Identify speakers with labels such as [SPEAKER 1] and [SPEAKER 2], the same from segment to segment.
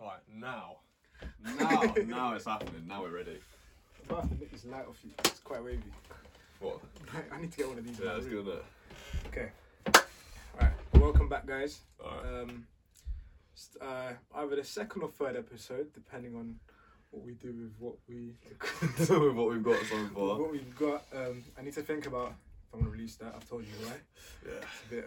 [SPEAKER 1] All right, now, now, now it's happening. Now we're ready.
[SPEAKER 2] If I have to nick this light off you, it's quite wavy.
[SPEAKER 1] What?
[SPEAKER 2] Right, I need to get one of these. in
[SPEAKER 1] Yeah,
[SPEAKER 2] my
[SPEAKER 1] let's
[SPEAKER 2] room.
[SPEAKER 1] do that.
[SPEAKER 2] Okay. Alright, welcome back, guys.
[SPEAKER 1] All right.
[SPEAKER 2] Um, st- uh, either the second or third episode, depending on what we do with what we
[SPEAKER 1] So with what we've got so far.
[SPEAKER 2] what we've got. Um, I need to think about if I'm gonna release that. I've told you why.
[SPEAKER 1] Yeah.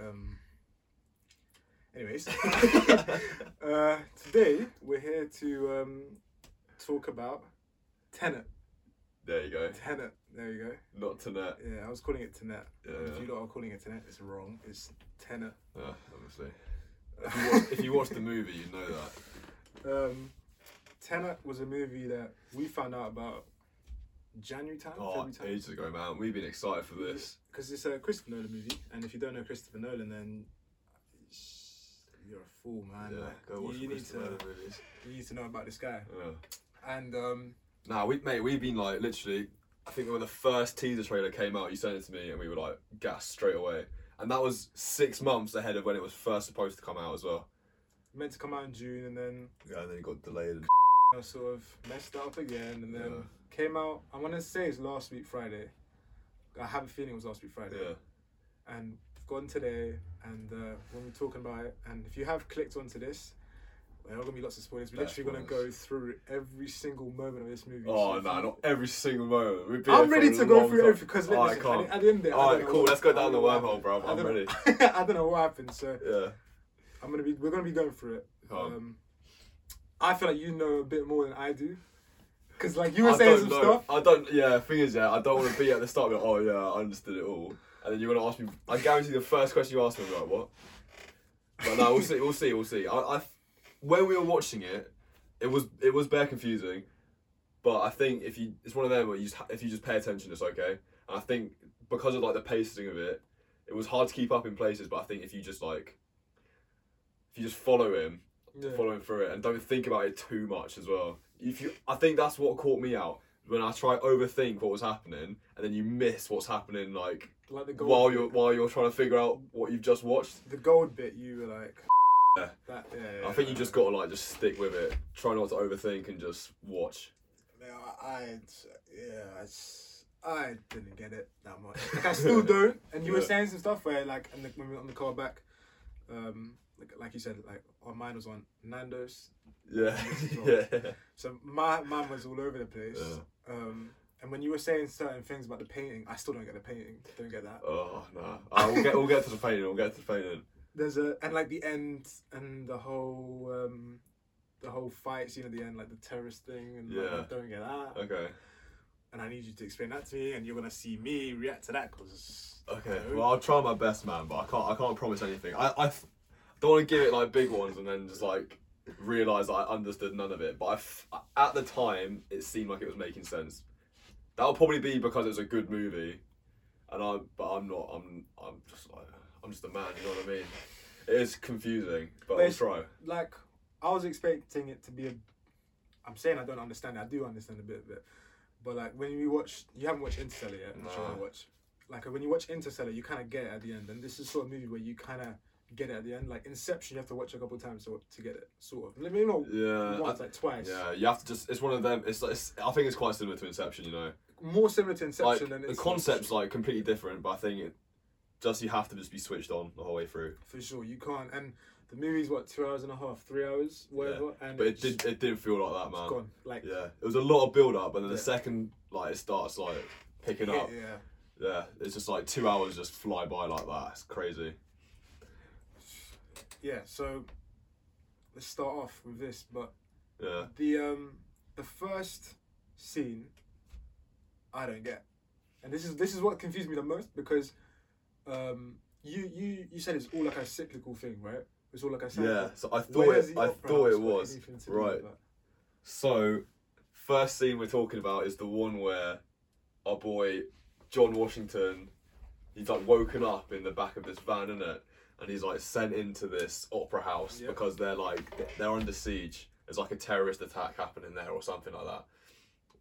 [SPEAKER 2] It's a bit um. Anyways, uh, today we're here to um, talk about Tenet.
[SPEAKER 1] There you go.
[SPEAKER 2] Tenet. There you go.
[SPEAKER 1] Not to net.
[SPEAKER 2] Yeah, I was calling it Tenet.
[SPEAKER 1] Yeah.
[SPEAKER 2] If you lot are calling it Tenet, it's wrong. It's Tenet.
[SPEAKER 1] yeah, obviously. If you, watch, if you watch the movie, you know that.
[SPEAKER 2] Um, Tenet was a movie that we found out about January time,
[SPEAKER 1] Oh,
[SPEAKER 2] February time.
[SPEAKER 1] ages ago, man. We've been excited for this.
[SPEAKER 2] Because it's a Christopher Nolan movie, and if you don't know Christopher Nolan, then you're a fool, man.
[SPEAKER 1] Yeah,
[SPEAKER 2] Like,
[SPEAKER 1] go watch
[SPEAKER 2] you, you
[SPEAKER 1] the
[SPEAKER 2] need
[SPEAKER 1] Christopher
[SPEAKER 2] to
[SPEAKER 1] Nolan movies.
[SPEAKER 2] you need to know about this guy.
[SPEAKER 1] Yeah.
[SPEAKER 2] And um,
[SPEAKER 1] Nah, we mate, we've been like literally. I think when the first teaser trailer came out, you sent it to me, and we were like gassed straight away. And that was six months ahead of when it was first supposed to come out as well.
[SPEAKER 2] meant to come out in June, and then
[SPEAKER 1] Yeah, and then it got delayed. And
[SPEAKER 2] you know, sort of messed up again, and then
[SPEAKER 1] Yeah.
[SPEAKER 2] came out. I want to say it's last week Friday. I have a feeling it was last week Friday.
[SPEAKER 1] yeah,
[SPEAKER 2] and we've gone today and uh, when we're talking about it and if you have clicked onto this there are gonna be lots of spoilers we're
[SPEAKER 1] Bare
[SPEAKER 2] literally gonna go
[SPEAKER 1] spoilers.
[SPEAKER 2] through every single moment of this movie
[SPEAKER 1] Oh
[SPEAKER 2] So
[SPEAKER 1] no,
[SPEAKER 2] if
[SPEAKER 1] nah,
[SPEAKER 2] you-
[SPEAKER 1] not every single moment. We've been
[SPEAKER 2] I'm
[SPEAKER 1] here
[SPEAKER 2] ready
[SPEAKER 1] for a
[SPEAKER 2] to go
[SPEAKER 1] long
[SPEAKER 2] through
[SPEAKER 1] time. Oh,
[SPEAKER 2] everything because
[SPEAKER 1] All right,
[SPEAKER 2] listen,
[SPEAKER 1] come
[SPEAKER 2] at,
[SPEAKER 1] on.
[SPEAKER 2] the- at the end there, I
[SPEAKER 1] All
[SPEAKER 2] don't
[SPEAKER 1] right,
[SPEAKER 2] know
[SPEAKER 1] cool.
[SPEAKER 2] what-
[SPEAKER 1] Let's go
[SPEAKER 2] I don't
[SPEAKER 1] down the
[SPEAKER 2] know what
[SPEAKER 1] wormhole, bro.
[SPEAKER 2] happened.
[SPEAKER 1] I'm ready.
[SPEAKER 2] I don't know- I don't know what happened, so
[SPEAKER 1] Yeah,
[SPEAKER 2] I'm gonna be we're gonna be going through it.
[SPEAKER 1] Come.
[SPEAKER 2] Um, I feel like you know a bit more than I do, because like you
[SPEAKER 1] I
[SPEAKER 2] were saying
[SPEAKER 1] don't
[SPEAKER 2] some
[SPEAKER 1] know.
[SPEAKER 2] stuff.
[SPEAKER 1] I don't. Yeah, thing is, yeah, I don't want to be at the start. Like, oh yeah, I understood it all. And then you're gonna ask me. I guarantee the first question you ask me, I'm like what? But no, we'll see. We'll see. We'll see. I, I, when we were watching it, it was it was bare confusing. But I think if you, it's one of them where you just, ha- if you just pay attention, it's okay. And I think because of like the pacing of it, it was hard to keep up in places. But I think if you just like, if you just follow him,
[SPEAKER 2] Yeah.
[SPEAKER 1] following through it and don't think about it too much as well. If you, I think that's what caught me out when I try overthink what was happening and then you miss what's happening like
[SPEAKER 2] Like the gold,
[SPEAKER 1] while you're while you're trying to figure out what you've just watched.
[SPEAKER 2] the gold bit, you were like,
[SPEAKER 1] Yeah.
[SPEAKER 2] that, yeah,
[SPEAKER 1] I think
[SPEAKER 2] yeah.
[SPEAKER 1] you just gotta like just stick with it. Try not to overthink and just watch.
[SPEAKER 2] No, I, yeah, I, s- I didn't get it that much. Like, I still don't. And you were
[SPEAKER 1] Yeah.
[SPEAKER 2] saying some stuff where, like, and the, when we were on the car back, um, like, like you said, like, our mine was on Nando's.
[SPEAKER 1] Yeah, yeah,
[SPEAKER 2] Yeah. So my mine was all over the place.
[SPEAKER 1] Yeah.
[SPEAKER 2] Um, and when you were saying certain things about the painting, I still don't get the painting. Don't get that.
[SPEAKER 1] Oh no, Ah, we'll get we'll get to the painting. We'll get to the painting.
[SPEAKER 2] There's a and like the end and the whole um, the whole fight scene at the end, like the terrorist thing, and like,
[SPEAKER 1] Yeah.
[SPEAKER 2] I don't get that.
[SPEAKER 1] Okay,
[SPEAKER 2] and I need you to explain that to me, and you're gonna see me react to that because
[SPEAKER 1] okay. Well, I'll try my best, man, but I can't I can't promise anything. I I f- don't want to give it like big ones and then just like realize that I understood none of it. But I f- at the time, it seemed like it was making sense. That'll probably be because it was a good movie, and I. But I'm not. I'm. I'm just like. I'm just a man. You know what I mean? It is confusing, but we'll
[SPEAKER 2] Basi-
[SPEAKER 1] try.
[SPEAKER 2] like I was expecting it to be a. I'm saying I don't understand. it. I do understand a bit of it, but like when you watch, you haven't watched Interstellar yet. which you
[SPEAKER 1] Nah.
[SPEAKER 2] wanna watch. Like when you watch Interstellar, you kind of get it at the end, and this is sort of movie where you kind of get it at the end. Like Inception, you have to watch a couple times to, to get it, sort of. Maybe not
[SPEAKER 1] Yeah. I-
[SPEAKER 2] once, like twice.
[SPEAKER 1] yeah, you have to just. It's one of them. It's, like- it's. I think it's quite similar to Inception. You know,
[SPEAKER 2] More similar to
[SPEAKER 1] like
[SPEAKER 2] Inception than
[SPEAKER 1] the
[SPEAKER 2] Inception.
[SPEAKER 1] concept's like completely different, but I think it just you have to just be switched on the whole way through.
[SPEAKER 2] for sure. You can't and. The movie's what two hours and a half, three hours, whatever, and
[SPEAKER 1] But it
[SPEAKER 2] it's
[SPEAKER 1] did. It didn't feel like that, man.
[SPEAKER 2] gone. Like
[SPEAKER 1] Yeah, it was a lot of build up, and then the
[SPEAKER 2] Yeah.
[SPEAKER 1] second like it starts like picking up.
[SPEAKER 2] yeah.
[SPEAKER 1] Yeah, it's just like two hours just fly by like that. It's crazy.
[SPEAKER 2] yeah so let's start off with this but
[SPEAKER 1] Yeah,
[SPEAKER 2] the um the first scene i don't get and this is this is what confused me the most because um you you you said it's all like a cyclical thing right it's all like a cycle.
[SPEAKER 1] yeah. So I thought
[SPEAKER 2] Where's
[SPEAKER 1] it.
[SPEAKER 2] the
[SPEAKER 1] I
[SPEAKER 2] opera
[SPEAKER 1] thought
[SPEAKER 2] house
[SPEAKER 1] it
[SPEAKER 2] got
[SPEAKER 1] was
[SPEAKER 2] anything to do with
[SPEAKER 1] right.
[SPEAKER 2] that?
[SPEAKER 1] So, first scene we're talking about is the one where our boy John Washington, he's like woken up in the back of this van, is it? And he's like sent into this opera house
[SPEAKER 2] Yep.
[SPEAKER 1] because they're like they're under siege. There's like a terrorist attack happening there or something like that.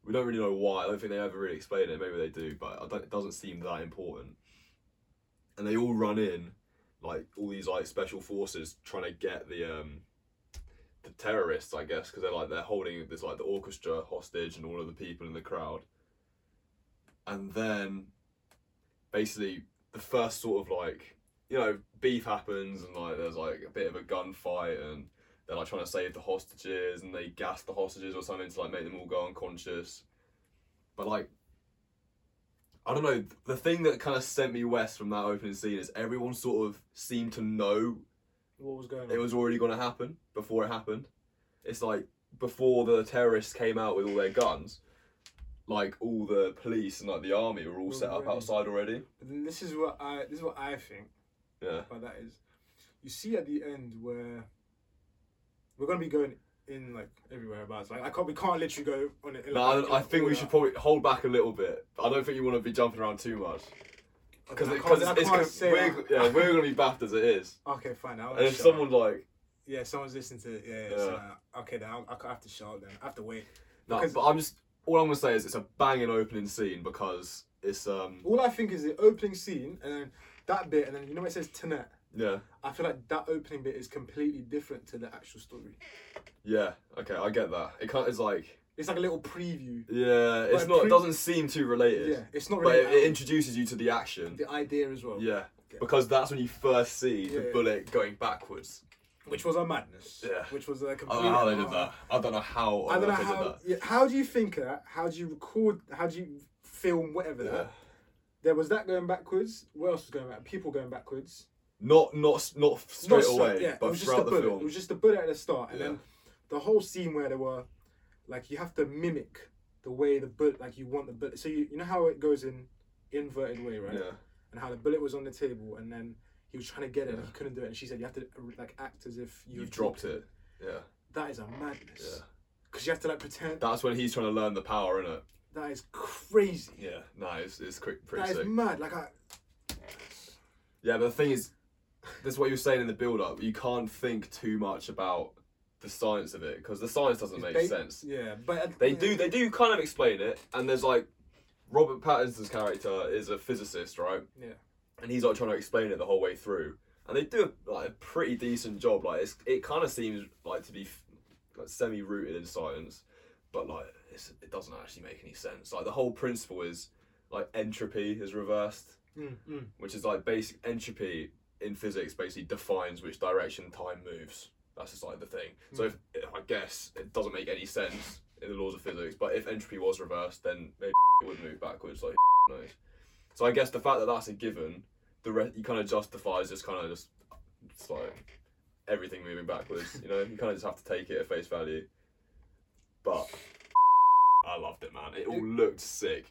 [SPEAKER 1] We don't really know why. I don't think they ever really explain it. Maybe they do, but I don't, it doesn't seem that important. And they all run in, like all these like special forces trying to get the um, the terrorists, I guess, because they're like they're holding this like the orchestra hostage and all of the people in the crowd. And then, basically, the first sort of like you know beef happens and like there's like a bit of a gunfight and they're like trying to save the hostages and they gas the hostages or something to like make them all go unconscious. But like, I don't know. The thing that kind of sent me west from that opening scene is everyone sort of seemed to know
[SPEAKER 2] What was going on?
[SPEAKER 1] it was already going to happen before it happened. It's like before the terrorists came out with all their guns, like all the police and like the army were all
[SPEAKER 2] Were
[SPEAKER 1] set up
[SPEAKER 2] ready.
[SPEAKER 1] outside already.
[SPEAKER 2] But then this is what I this is what I think
[SPEAKER 1] Yeah,
[SPEAKER 2] about that is, you see at the end where we're gonna be going in like everywhere about. Like I can't we can't literally go on it. in,
[SPEAKER 1] no, I,
[SPEAKER 2] like,
[SPEAKER 1] I think we
[SPEAKER 2] order.
[SPEAKER 1] should probably hold back a little bit. I don't think you want to be jumping around too much
[SPEAKER 2] Okay,
[SPEAKER 1] because
[SPEAKER 2] I can't-
[SPEAKER 1] because
[SPEAKER 2] I
[SPEAKER 1] it's,
[SPEAKER 2] can't
[SPEAKER 1] it's
[SPEAKER 2] say
[SPEAKER 1] gonna, we're,
[SPEAKER 2] that.
[SPEAKER 1] yeah, we're going to be baffed as it is.
[SPEAKER 2] Okay, fine. I'll
[SPEAKER 1] And if
[SPEAKER 2] shut
[SPEAKER 1] someone
[SPEAKER 2] up.
[SPEAKER 1] like
[SPEAKER 2] yeah, someone's listening to it. Yeah. yeah.
[SPEAKER 1] Yeah.
[SPEAKER 2] So, uh, okay, then I'll, I'll have to shout then. I have to wait.
[SPEAKER 1] no,
[SPEAKER 2] Because-
[SPEAKER 1] but I'm just all I'm gonna say is it's a banging opening scene because it's um
[SPEAKER 2] All I think is the opening scene and then that bit and then you know when it says Tenet.
[SPEAKER 1] yeah
[SPEAKER 2] I feel like that opening bit is completely different to the actual story.
[SPEAKER 1] yeah okay I get that it can't it's like
[SPEAKER 2] It's like a little preview.
[SPEAKER 1] yeah it's
[SPEAKER 2] But
[SPEAKER 1] not it
[SPEAKER 2] pre-
[SPEAKER 1] doesn't seem too related.
[SPEAKER 2] Yeah, it's not
[SPEAKER 1] But
[SPEAKER 2] really
[SPEAKER 1] it, it
[SPEAKER 2] about
[SPEAKER 1] introduces you to the action.
[SPEAKER 2] the idea as well,
[SPEAKER 1] Yeah.
[SPEAKER 2] Okay.
[SPEAKER 1] Because that's when you first see the
[SPEAKER 2] Yeah.
[SPEAKER 1] bullet going backwards.
[SPEAKER 2] which was a madness.
[SPEAKER 1] Yeah.
[SPEAKER 2] Which was a
[SPEAKER 1] I
[SPEAKER 2] complete.
[SPEAKER 1] don't know how they did that. I don't know how
[SPEAKER 2] Ah. I don't know
[SPEAKER 1] they
[SPEAKER 2] how.
[SPEAKER 1] did that.
[SPEAKER 2] Yeah, how do you think of that? How do you record? How do you film? Whatever
[SPEAKER 1] Yeah.
[SPEAKER 2] that. There was that going backwards. What else was going back? People going backwards.
[SPEAKER 1] Not not not straight
[SPEAKER 2] Not so-
[SPEAKER 1] away,
[SPEAKER 2] yeah, it
[SPEAKER 1] but
[SPEAKER 2] was just the
[SPEAKER 1] throughout the,
[SPEAKER 2] bullet. It
[SPEAKER 1] film.
[SPEAKER 2] was just the bullet at the start, and
[SPEAKER 1] Yeah.
[SPEAKER 2] then the whole scene where they were, like, you have to mimic the way the bullet, like, you want the bullet. So you, you know how it goes in inverted way, right?
[SPEAKER 1] Yeah.
[SPEAKER 2] and how the bullet was on the table, and then he was trying to get it, and
[SPEAKER 1] Yeah.
[SPEAKER 2] he couldn't do it, and she said, "You have to uh, like act as if you
[SPEAKER 1] You dropped it. Yeah.
[SPEAKER 2] That is a
[SPEAKER 1] Yeah.
[SPEAKER 2] madness. Because you have to like pretend.
[SPEAKER 1] That's when he's trying to learn the power in it.
[SPEAKER 2] that is crazy.
[SPEAKER 1] Yeah. No, it's it's quick, pretty
[SPEAKER 2] That is
[SPEAKER 1] sick.
[SPEAKER 2] mad. Like I,
[SPEAKER 1] Yeah, but the thing is, that's what you were saying in the build-up. You can't think too much about the science of it because the science doesn't make
[SPEAKER 2] they-
[SPEAKER 1] sense.
[SPEAKER 2] Yeah, but uh,
[SPEAKER 1] They do they do kind of explain it, and there's like Robert Pattinson's character is a physicist, right?
[SPEAKER 2] Yeah.
[SPEAKER 1] And he's like trying to explain it the whole way through, and they do like a pretty decent job. Like it's, it kind of seems like to be f- like semi-rooted in science, but like it's, it doesn't actually make any sense. Like the whole principle is like entropy is reversed,
[SPEAKER 2] Mm, mm.
[SPEAKER 1] which is like basic entropy in physics basically defines which direction time moves. That's just like the thing. So if, if I guess it doesn't make any sense in the laws of physics, but if entropy was reversed, then maybe it would move backwards. Like who knows. So I guess the fact that that's a given, the re- you kind of justifies just kind of just it's like everything moving backwards. You know, you kind of just have to take it at face value. But I loved it, man. It all looked sick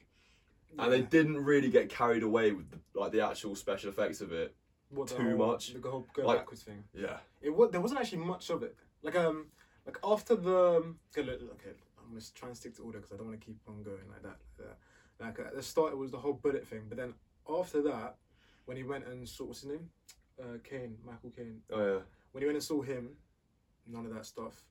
[SPEAKER 1] and they
[SPEAKER 2] Yeah.
[SPEAKER 1] didn't really get carried away with the, like the actual special effects of it.
[SPEAKER 2] What, the
[SPEAKER 1] too
[SPEAKER 2] whole-
[SPEAKER 1] much.
[SPEAKER 2] The whole go
[SPEAKER 1] Like-
[SPEAKER 2] backwards thing.
[SPEAKER 1] Yeah,
[SPEAKER 2] It was there wasn't actually much of it. Like um, like after the um, okay, look, look, okay, I'm gonna try and stick to order because I don't want to keep on going like that. Like, that. like uh, at the start, it was the whole bullet thing, but then after that, when he went and saw what's his name, uh, Kane, Michael Kane.
[SPEAKER 1] oh yeah,
[SPEAKER 2] When he went and saw him, none of that stuff.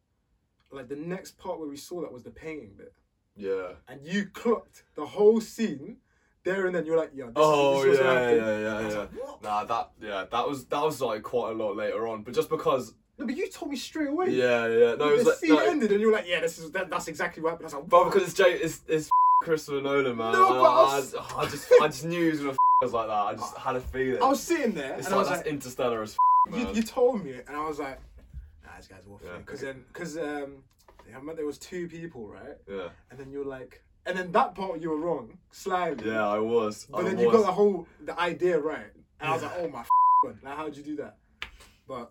[SPEAKER 2] Like the next part where we saw that was the painting bit,
[SPEAKER 1] yeah.
[SPEAKER 2] and you clocked the whole scene there and then. You're like, yeah, this
[SPEAKER 1] Oh
[SPEAKER 2] is, this is what's
[SPEAKER 1] yeah,
[SPEAKER 2] gonna happen.
[SPEAKER 1] yeah, yeah,
[SPEAKER 2] I
[SPEAKER 1] yeah,
[SPEAKER 2] was like, what?
[SPEAKER 1] Nah, that yeah, that was that was like quite a lot later on, but just because
[SPEAKER 2] No, but you told me straight away.
[SPEAKER 1] yeah, yeah, no, it was
[SPEAKER 2] the
[SPEAKER 1] like,
[SPEAKER 2] scene
[SPEAKER 1] no,
[SPEAKER 2] ended, and you were like, "Yeah, this is that, that's exactly what happened." I was like,
[SPEAKER 1] but because it's Jay, it's, it's Christopher Nolan, man. Oh,
[SPEAKER 2] No,
[SPEAKER 1] I,
[SPEAKER 2] but I was-
[SPEAKER 1] I, I just I just knew he was gonna f- us like that. I just had a feeling.
[SPEAKER 2] I was sitting there,
[SPEAKER 1] it's
[SPEAKER 2] and I
[SPEAKER 1] like
[SPEAKER 2] was
[SPEAKER 1] that's
[SPEAKER 2] like,
[SPEAKER 1] interstellar as f-
[SPEAKER 2] you,
[SPEAKER 1] man.
[SPEAKER 2] "You told me," and I was like, "Nah, this guy's
[SPEAKER 1] Yeah.
[SPEAKER 2] waffling." Because then, because um, I remember there was two people, right?
[SPEAKER 1] yeah,
[SPEAKER 2] And then you were like, and then that part you were wrong slyly.
[SPEAKER 1] yeah, I was.
[SPEAKER 2] But
[SPEAKER 1] I
[SPEAKER 2] then
[SPEAKER 1] was.
[SPEAKER 2] you got the whole the idea right, and I was like, "Oh my god, like, how'd you do that?" But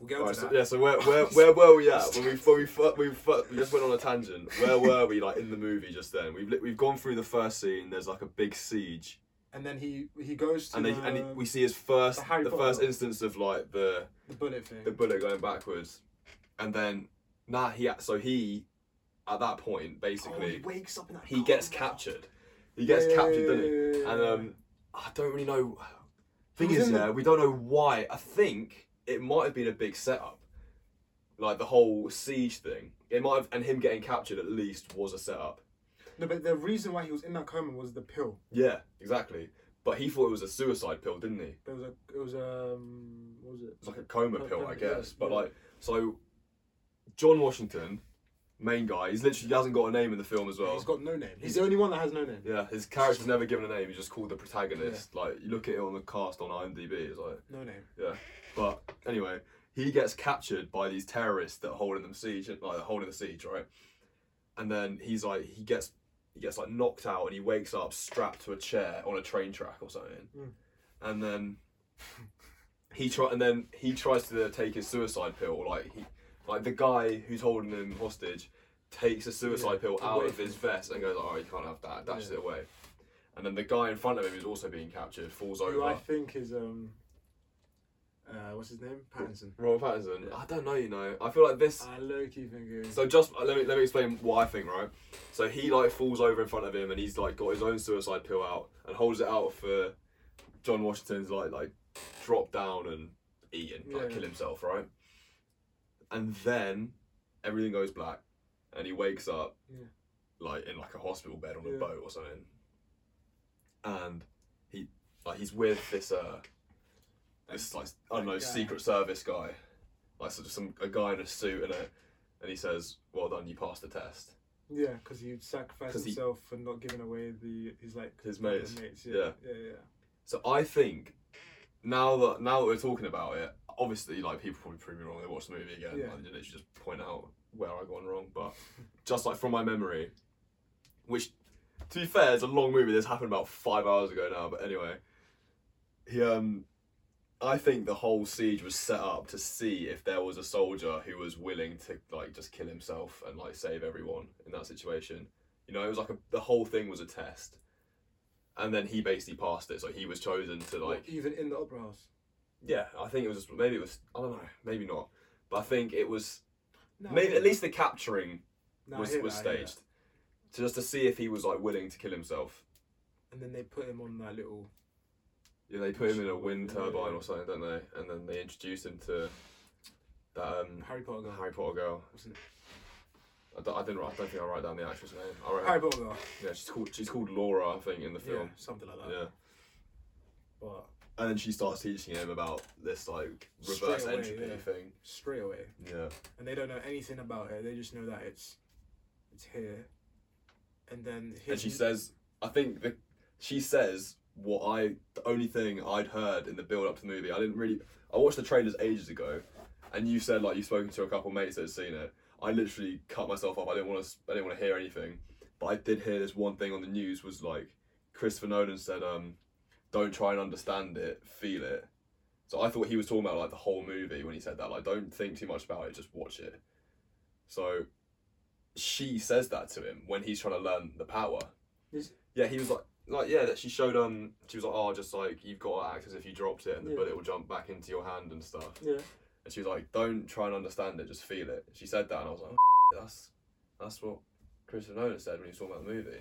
[SPEAKER 2] we'll get on
[SPEAKER 1] Right,
[SPEAKER 2] to
[SPEAKER 1] so,
[SPEAKER 2] that.
[SPEAKER 1] yeah, so where, where, where were we at when we when we, fu- we, fu- we just went on a tangent? Where were we like in the movie just then? We've li- we've gone through the first scene. There's like a big siege,
[SPEAKER 2] And then he he goes to
[SPEAKER 1] and they,
[SPEAKER 2] the,
[SPEAKER 1] and he- we see his first
[SPEAKER 2] the Harry
[SPEAKER 1] the
[SPEAKER 2] Potter
[SPEAKER 1] first
[SPEAKER 2] one.
[SPEAKER 1] instance of like the
[SPEAKER 2] the bullet thing.
[SPEAKER 1] the bullet going backwards, and then nah he act- so he at that point
[SPEAKER 2] oh, he
[SPEAKER 1] basically
[SPEAKER 2] wakes up in that.
[SPEAKER 1] he gets
[SPEAKER 2] car.
[SPEAKER 1] captured. He gets
[SPEAKER 2] Yeah, yeah,
[SPEAKER 1] captured, doesn't he?
[SPEAKER 2] yeah, yeah,
[SPEAKER 1] And
[SPEAKER 2] yeah.
[SPEAKER 1] um, I don't really know. Thing
[SPEAKER 2] was
[SPEAKER 1] is,
[SPEAKER 2] in the-
[SPEAKER 1] yeah, we don't know why. I think it might have been a big setup, like the whole siege thing. It might have, and him getting captured at least was a setup.
[SPEAKER 2] no, but the reason why he was in that coma was the pill.
[SPEAKER 1] Yeah, exactly. But he thought it was a suicide pill, didn't he?
[SPEAKER 2] There was a it was um what was it?
[SPEAKER 1] It's like a coma
[SPEAKER 2] Oh,
[SPEAKER 1] pill,
[SPEAKER 2] coma,
[SPEAKER 1] I
[SPEAKER 2] yeah,
[SPEAKER 1] guess. But
[SPEAKER 2] yeah.
[SPEAKER 1] like, so John Washington, main guy, he's literally he hasn't got a name in the film as well.
[SPEAKER 2] He's got no name. He's the only one that has no name.
[SPEAKER 1] Yeah, his character's never given a name. He's just called the protagonist. Like you look at it on the cast on IMDb, it's like.
[SPEAKER 2] No name.
[SPEAKER 1] But anyway, he gets captured by these terrorists that are holding them siege, like holding the siege, right? And then he's like, he gets, he gets like knocked out, and he wakes up strapped to a chair on a train track or something.
[SPEAKER 2] Mm.
[SPEAKER 1] And then he try, and then he tries to take his suicide pill. Like he, like the guy who's holding him hostage, takes a suicide
[SPEAKER 2] Yeah,
[SPEAKER 1] pill out
[SPEAKER 2] away
[SPEAKER 1] of
[SPEAKER 2] from
[SPEAKER 1] his vest and goes, "Oh, you can't have that." Dashes it
[SPEAKER 2] Yeah.
[SPEAKER 1] away. And then the guy in front of him who's also being captured falls
[SPEAKER 2] Who I
[SPEAKER 1] over.
[SPEAKER 2] think is um, uh, what's his name? Pattinson.
[SPEAKER 1] Robert Pattinson. I don't know, you know. I feel like this.
[SPEAKER 2] I low key think it is.
[SPEAKER 1] So just uh, let me let me explain what I think, right? So he like falls over in front of him, and he's like got his own suicide pill out and holds it out for John Washington's like like drop down and eat and like,
[SPEAKER 2] Yeah.
[SPEAKER 1] kill himself, right? And then everything goes black, and he wakes up
[SPEAKER 2] Yeah.
[SPEAKER 1] like in like a hospital bed on a
[SPEAKER 2] Yeah.
[SPEAKER 1] boat or something, and he like he's with this uh this like I don't know
[SPEAKER 2] That guy.
[SPEAKER 1] secret service guy, like sort of some a guy in a suit and a and he says, "Well done, you passed the test."
[SPEAKER 2] Yeah, because he sacrificed
[SPEAKER 1] 'Cause he-
[SPEAKER 2] himself for not giving away the. He's like
[SPEAKER 1] His mates.
[SPEAKER 2] Yeah, yeah, yeah.
[SPEAKER 1] So I think now that now that we're talking about it, obviously like people probably prove me wrong. They watch the movie again.
[SPEAKER 2] Yeah.
[SPEAKER 1] Like, they literally just point out where I gone wrong. But just like from my memory, which to be fair, it's a long movie. This happened about five hours ago now. But anyway, he um. I think the whole siege was set up to see if there was a soldier who was willing to like just kill himself and like save everyone in that situation. You know, it was like a, the whole thing was a test, and then he basically passed it. So he was chosen to
[SPEAKER 2] Or
[SPEAKER 1] like
[SPEAKER 2] even in the opera house.
[SPEAKER 1] yeah, I think it was maybe it was I don't know, maybe not, but I think it was
[SPEAKER 2] No,
[SPEAKER 1] maybe
[SPEAKER 2] yeah.
[SPEAKER 1] at least the capturing
[SPEAKER 2] No, I
[SPEAKER 1] was
[SPEAKER 2] hear
[SPEAKER 1] was
[SPEAKER 2] that, I hear that.
[SPEAKER 1] staged, to just to see if he was like willing to kill himself.
[SPEAKER 2] And then they put him on that little.
[SPEAKER 1] Yeah, they put him in a wind
[SPEAKER 2] Yeah.
[SPEAKER 1] turbine or something, don't they? And then they introduced him to that um,
[SPEAKER 2] Harry Potter girl.
[SPEAKER 1] Harry Potter girl.
[SPEAKER 2] What's her name?
[SPEAKER 1] I don't, I didn't. write- I don't think I write down the actress name. I wrote,
[SPEAKER 2] Harry Potter girl.
[SPEAKER 1] Yeah, she's called. She's called Laura, I think, in the
[SPEAKER 2] Yeah,
[SPEAKER 1] film.
[SPEAKER 2] something like that.
[SPEAKER 1] Yeah.
[SPEAKER 2] But
[SPEAKER 1] And then she starts teaching him about this like
[SPEAKER 2] Straight
[SPEAKER 1] reverse
[SPEAKER 2] away,
[SPEAKER 1] entropy
[SPEAKER 2] yeah.
[SPEAKER 1] thing.
[SPEAKER 2] straight away,
[SPEAKER 1] Yeah.
[SPEAKER 2] and they don't know anything about it. They just know that it's, it's here, and then.
[SPEAKER 1] and
[SPEAKER 2] his-
[SPEAKER 1] she says, I think the, she says what I, the only thing I'd heard in the build up to the movie, I didn't really, I watched the trailers ages ago, and you said like you've spoken to a couple mates that had seen it. I literally cut myself off. I didn't want to, I didn't want to hear anything, but I did hear this one thing on the news was like, Christopher Nolan said, um, don't try and understand it, feel it. So I thought he was talking about like the whole movie when he said that. Like, don't think too much about it, just watch it. So she says that to him when he's trying to learn the power.
[SPEAKER 2] Is-
[SPEAKER 1] Yeah, he was like, like yeah, that she showed um, she was like, oh, just like you've got to act as if you dropped it and the
[SPEAKER 2] Yeah.
[SPEAKER 1] bullet will jump back into your hand and stuff.
[SPEAKER 2] Yeah.
[SPEAKER 1] And she was like, don't try and understand it, just feel it. She said that, and I was like, that's that's what Christopher Nolan said when he was talking about the movie.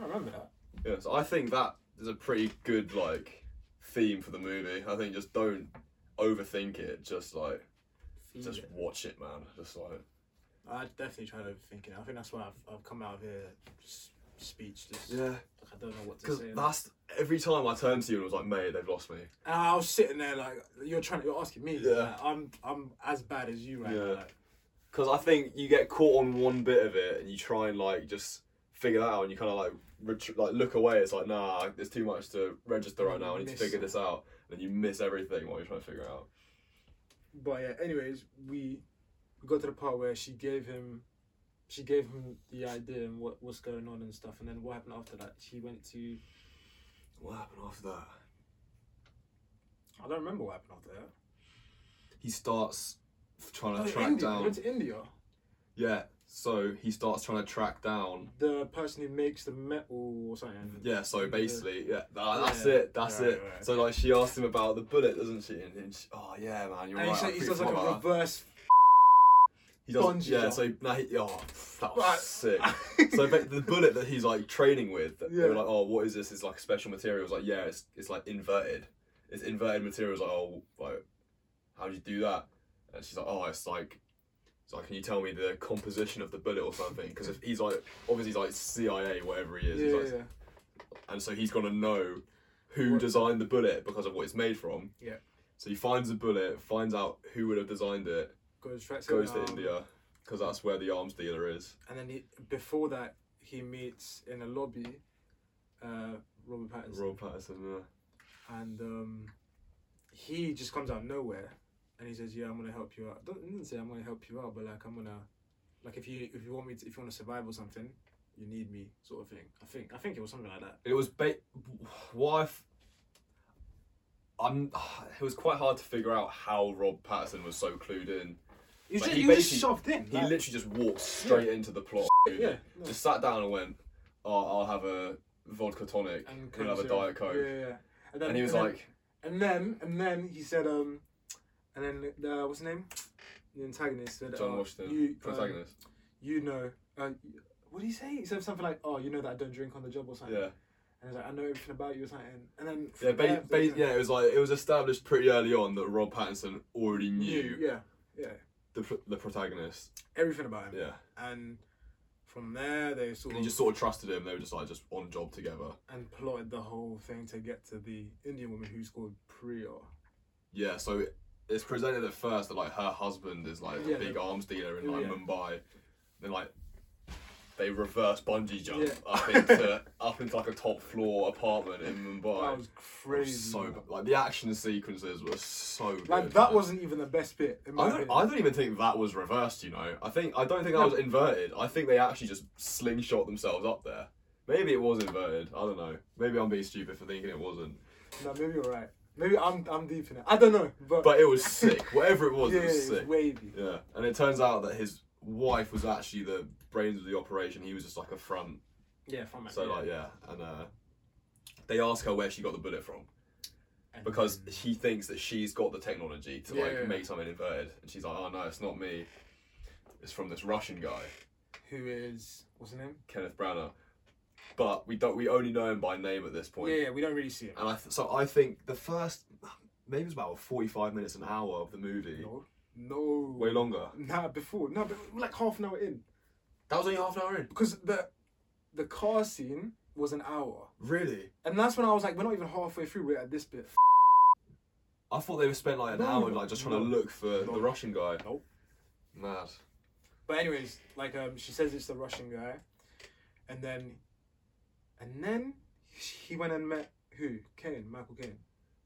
[SPEAKER 2] I remember that.
[SPEAKER 1] Yeah, so I think that is a pretty good like theme for the movie. I think just don't overthink it. Just like
[SPEAKER 2] Feel
[SPEAKER 1] just
[SPEAKER 2] it.
[SPEAKER 1] watch it, man. Just like
[SPEAKER 2] I definitely tried overthinking. it. I think that's why I've, I've come out of here s- speechless.
[SPEAKER 1] yeah,
[SPEAKER 2] Like, I don't know what to
[SPEAKER 1] because
[SPEAKER 2] say.
[SPEAKER 1] that's every time I turned to you and was like, mate, they've lost me.
[SPEAKER 2] And I was sitting there like you're trying. You're asking me.
[SPEAKER 1] Yeah.
[SPEAKER 2] like, I'm I'm as bad as you right
[SPEAKER 1] Yeah.
[SPEAKER 2] now. Like,
[SPEAKER 1] Because I think you get caught on one bit of it and you try and like just figure that out and you kind of like ret- like look away. It's like nah, there's too much to register right now. I need
[SPEAKER 2] Miss.
[SPEAKER 1] to figure this out. And you miss everything while you're trying to figure it out.
[SPEAKER 2] but yeah. Anyways, we we got to the part where she gave him, she gave him the idea and what what's going on and stuff. And then what happened after that? She went to.
[SPEAKER 1] What happened after that?
[SPEAKER 2] I don't remember what happened after that.
[SPEAKER 1] He starts f- trying to
[SPEAKER 2] Oh,
[SPEAKER 1] track
[SPEAKER 2] India.
[SPEAKER 1] down.
[SPEAKER 2] He went to India.
[SPEAKER 1] Yeah, so he starts trying to track down.
[SPEAKER 2] The person who makes the metal or something.
[SPEAKER 1] Yeah, so basically, yeah, tha-
[SPEAKER 2] Yeah.
[SPEAKER 1] that's it, that's
[SPEAKER 2] Right,
[SPEAKER 1] it.
[SPEAKER 2] right.
[SPEAKER 1] So like, she asked him about the bullet, doesn't she? And, and she, oh yeah, man, you're right.
[SPEAKER 2] And he,
[SPEAKER 1] I
[SPEAKER 2] said, he
[SPEAKER 1] completely
[SPEAKER 2] does like
[SPEAKER 1] forgot
[SPEAKER 2] a
[SPEAKER 1] about that.
[SPEAKER 2] reverse.
[SPEAKER 1] He does-
[SPEAKER 2] bungee
[SPEAKER 1] yeah.
[SPEAKER 2] jump.
[SPEAKER 1] So now he, oh, that was
[SPEAKER 2] Right.
[SPEAKER 1] sick. So ba- the bullet that he's like training with, yeah.
[SPEAKER 2] Yeah.
[SPEAKER 1] they were like, oh, what is this? It's like a special material. It's like, yeah, it's it's like inverted. It's inverted materials. Like, oh, like, how do you do that? And she's like, oh, it's like, it's like, can you tell me the composition of the bullet or something? Because if he's like, obviously he's like CIA, whatever he is. he's
[SPEAKER 2] yeah,
[SPEAKER 1] like,
[SPEAKER 2] yeah.
[SPEAKER 1] and so he's gonna know who
[SPEAKER 2] What-
[SPEAKER 1] designed the bullet because of what it's made from.
[SPEAKER 2] Yeah.
[SPEAKER 1] So he finds the bullet, finds out who would have designed it,
[SPEAKER 2] Goes, tracks him
[SPEAKER 1] goes to
[SPEAKER 2] down.
[SPEAKER 1] India, because that's where the arms dealer is.
[SPEAKER 2] And then he, before that, he meets in a lobby, uh, Robert Pattinson,
[SPEAKER 1] Rob Patterson. Yeah.
[SPEAKER 2] and um, he just comes out of nowhere, and he says, "Yeah, I'm gonna help you out." Don't he didn't say I'm gonna help you out, but like I'm gonna, like if you if you want me to, if you want to survive or something, you need me, sort of thing. I think I think it was something like that.
[SPEAKER 1] It was ba- why. f- I'm. It was quite hard to figure out how Rob Patterson was so clued in.
[SPEAKER 2] He's
[SPEAKER 1] Like,
[SPEAKER 2] just,
[SPEAKER 1] he
[SPEAKER 2] he was just
[SPEAKER 1] basically-
[SPEAKER 2] shoved in.
[SPEAKER 1] He
[SPEAKER 2] like-
[SPEAKER 1] literally just walked straight into the plot. dude.
[SPEAKER 2] yeah, no.
[SPEAKER 1] Just sat down and went, oh, "I'll have a vodka tonic and we'll have a
[SPEAKER 2] Coke
[SPEAKER 1] diet
[SPEAKER 2] Zero.
[SPEAKER 1] coke."
[SPEAKER 2] Yeah, yeah, yeah. And, then,
[SPEAKER 1] And he was
[SPEAKER 2] then-
[SPEAKER 1] like,
[SPEAKER 2] and then and then he said, um, and then uh, what's his name? The antagonist said,
[SPEAKER 1] "John
[SPEAKER 2] oh,
[SPEAKER 1] Washington,
[SPEAKER 2] you, um,
[SPEAKER 1] protagonist."
[SPEAKER 2] you know, uh, what did he say? He said something like, "Oh, you know that I don't drink on the job or something."
[SPEAKER 1] yeah.
[SPEAKER 2] And he's like, "I know everything about you or something." And then
[SPEAKER 1] Yeah,
[SPEAKER 2] from
[SPEAKER 1] ba-
[SPEAKER 2] there-
[SPEAKER 1] ba- yeah, it was like it was established pretty early on that Rob Pattinson already knew
[SPEAKER 2] yeah, yeah,
[SPEAKER 1] the pr- the protagonist.
[SPEAKER 2] everything about him.
[SPEAKER 1] Yeah,
[SPEAKER 2] And from there, they
[SPEAKER 1] and
[SPEAKER 2] sort
[SPEAKER 1] he
[SPEAKER 2] of
[SPEAKER 1] just sort of trusted him. They were just like just on job together.
[SPEAKER 2] and plotted the whole thing to get to the Indian woman who's called Priya.
[SPEAKER 1] Yeah, so it's presented at first that like her husband is like
[SPEAKER 2] Yeah,
[SPEAKER 1] a big
[SPEAKER 2] the-
[SPEAKER 1] arms dealer in like
[SPEAKER 2] yeah.
[SPEAKER 1] Mumbai. Then like they reverse bungee jump
[SPEAKER 2] Yeah.
[SPEAKER 1] up into up into like a top floor apartment in
[SPEAKER 2] That
[SPEAKER 1] Mumbai.
[SPEAKER 2] was
[SPEAKER 1] It was
[SPEAKER 2] crazy.
[SPEAKER 1] so b- like the action sequences were so
[SPEAKER 2] like
[SPEAKER 1] good,
[SPEAKER 2] that
[SPEAKER 1] man.
[SPEAKER 2] wasn't even the best bit. In my
[SPEAKER 1] I
[SPEAKER 2] opinion.
[SPEAKER 1] don't, I don't even think that was reversed, you know. I think I don't think that was inverted. I think they actually just slingshot themselves up there. Maybe it was inverted. I don't know. Maybe I'm being stupid for thinking it wasn't.
[SPEAKER 2] No, maybe you're right. Maybe I'm I'm deep in it. I don't know, but,
[SPEAKER 1] But it was sick. Whatever it was,
[SPEAKER 2] yeah,
[SPEAKER 1] it
[SPEAKER 2] yeah,
[SPEAKER 1] was
[SPEAKER 2] it's
[SPEAKER 1] sick.
[SPEAKER 2] wavy.
[SPEAKER 1] Yeah, and it turns out that his wife was actually the brains of the operation. He was just like a front.
[SPEAKER 2] Yeah, from
[SPEAKER 1] So like yeah, and uh, they ask her where she got the bullet from
[SPEAKER 2] And-
[SPEAKER 1] because he thinks that she's got the technology to like
[SPEAKER 2] Yeah, yeah.
[SPEAKER 1] make something inverted, and she's like, oh no, it's not me. It's from this Russian guy,
[SPEAKER 2] who is what's his name?
[SPEAKER 1] Kenneth Branagh. But we don't. We only know him by name at this point.
[SPEAKER 2] Yeah, yeah, we don't really see him.
[SPEAKER 1] And I th- so I think the first maybe it was about forty-five minutes an hour of the movie,
[SPEAKER 2] No, no.
[SPEAKER 1] way longer.
[SPEAKER 2] Nah, before no, but we're like half an hour in
[SPEAKER 1] That was only half an hour in.
[SPEAKER 2] because the the car scene was an hour,
[SPEAKER 1] Really?
[SPEAKER 2] and that's when I was like, we're not even halfway through. We're at this bit.
[SPEAKER 1] I thought they were spent like an
[SPEAKER 2] No,
[SPEAKER 1] hour like just trying to
[SPEAKER 2] no,
[SPEAKER 1] look for
[SPEAKER 2] no.
[SPEAKER 1] the Russian guy.
[SPEAKER 2] Nope.
[SPEAKER 1] Mad.
[SPEAKER 2] But anyways, like um, she says it's the Russian guy, and then, and then he went and met who? Kane, Michael Kane.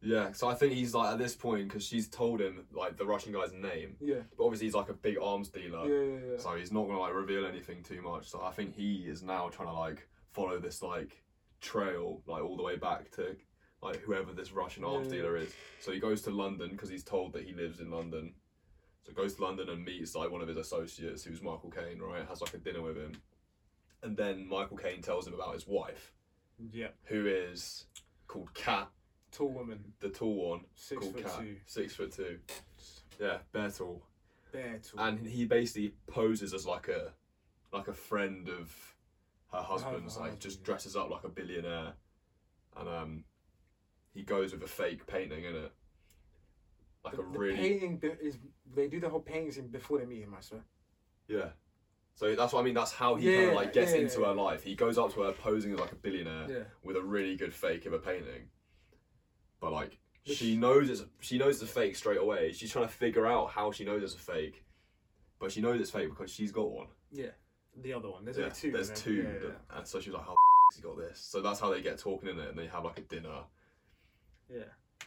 [SPEAKER 1] Yeah, so I think he's like at this point because she's told him like the Russian guy's name,
[SPEAKER 2] Yeah,
[SPEAKER 1] but obviously he's like a big arms
[SPEAKER 2] yeah,
[SPEAKER 1] dealer,
[SPEAKER 2] yeah, yeah.
[SPEAKER 1] Uh, so he's not gonna like reveal anything too much. So I think he is now trying to like follow this like trail like all the way back to like whoever this Russian arms
[SPEAKER 2] Yeah.
[SPEAKER 1] dealer is. So he goes to London because he's told that he lives in London. So goes to London and meets like one of his associates, who's Michael Caine, right? Has like a dinner with him, and then Michael Caine tells him about his wife,
[SPEAKER 2] yeah.
[SPEAKER 1] who is called Cat,
[SPEAKER 2] Tall woman,
[SPEAKER 1] the tall one
[SPEAKER 2] six
[SPEAKER 1] called
[SPEAKER 2] foot
[SPEAKER 1] Cat,
[SPEAKER 2] two,
[SPEAKER 1] six foot two. Yeah, bear tall,
[SPEAKER 2] bare tall.
[SPEAKER 1] and he basically poses as like a like a friend of her husband's, like
[SPEAKER 2] husband,
[SPEAKER 1] just
[SPEAKER 2] yeah.
[SPEAKER 1] dresses up like a billionaire, and um, he goes with a fake painting in it, like
[SPEAKER 2] the,
[SPEAKER 1] a
[SPEAKER 2] the
[SPEAKER 1] really
[SPEAKER 2] painting be- is they do the whole painting scene before they meet him. I swear.
[SPEAKER 1] yeah. So that's what I mean. That's how he kind
[SPEAKER 2] Yeah,
[SPEAKER 1] of like gets
[SPEAKER 2] yeah,
[SPEAKER 1] into
[SPEAKER 2] yeah.
[SPEAKER 1] her life. He goes up to her posing as like a billionaire,
[SPEAKER 2] Yeah.
[SPEAKER 1] with a really good fake of a painting. But like
[SPEAKER 2] Which-
[SPEAKER 1] she knows it's she knows it's a fake straight away. She's trying to figure out how she knows it's a fake. But she knows it's fake because she's got one.
[SPEAKER 2] Yeah. The other one. There's
[SPEAKER 1] Yeah,
[SPEAKER 2] only two.
[SPEAKER 1] There's
[SPEAKER 2] isn't there?
[SPEAKER 1] two.
[SPEAKER 2] Yeah, yeah,
[SPEAKER 1] that- And so she's like, How the f- has he got this? So that's how they get talking in it and they have like a dinner
[SPEAKER 2] yeah.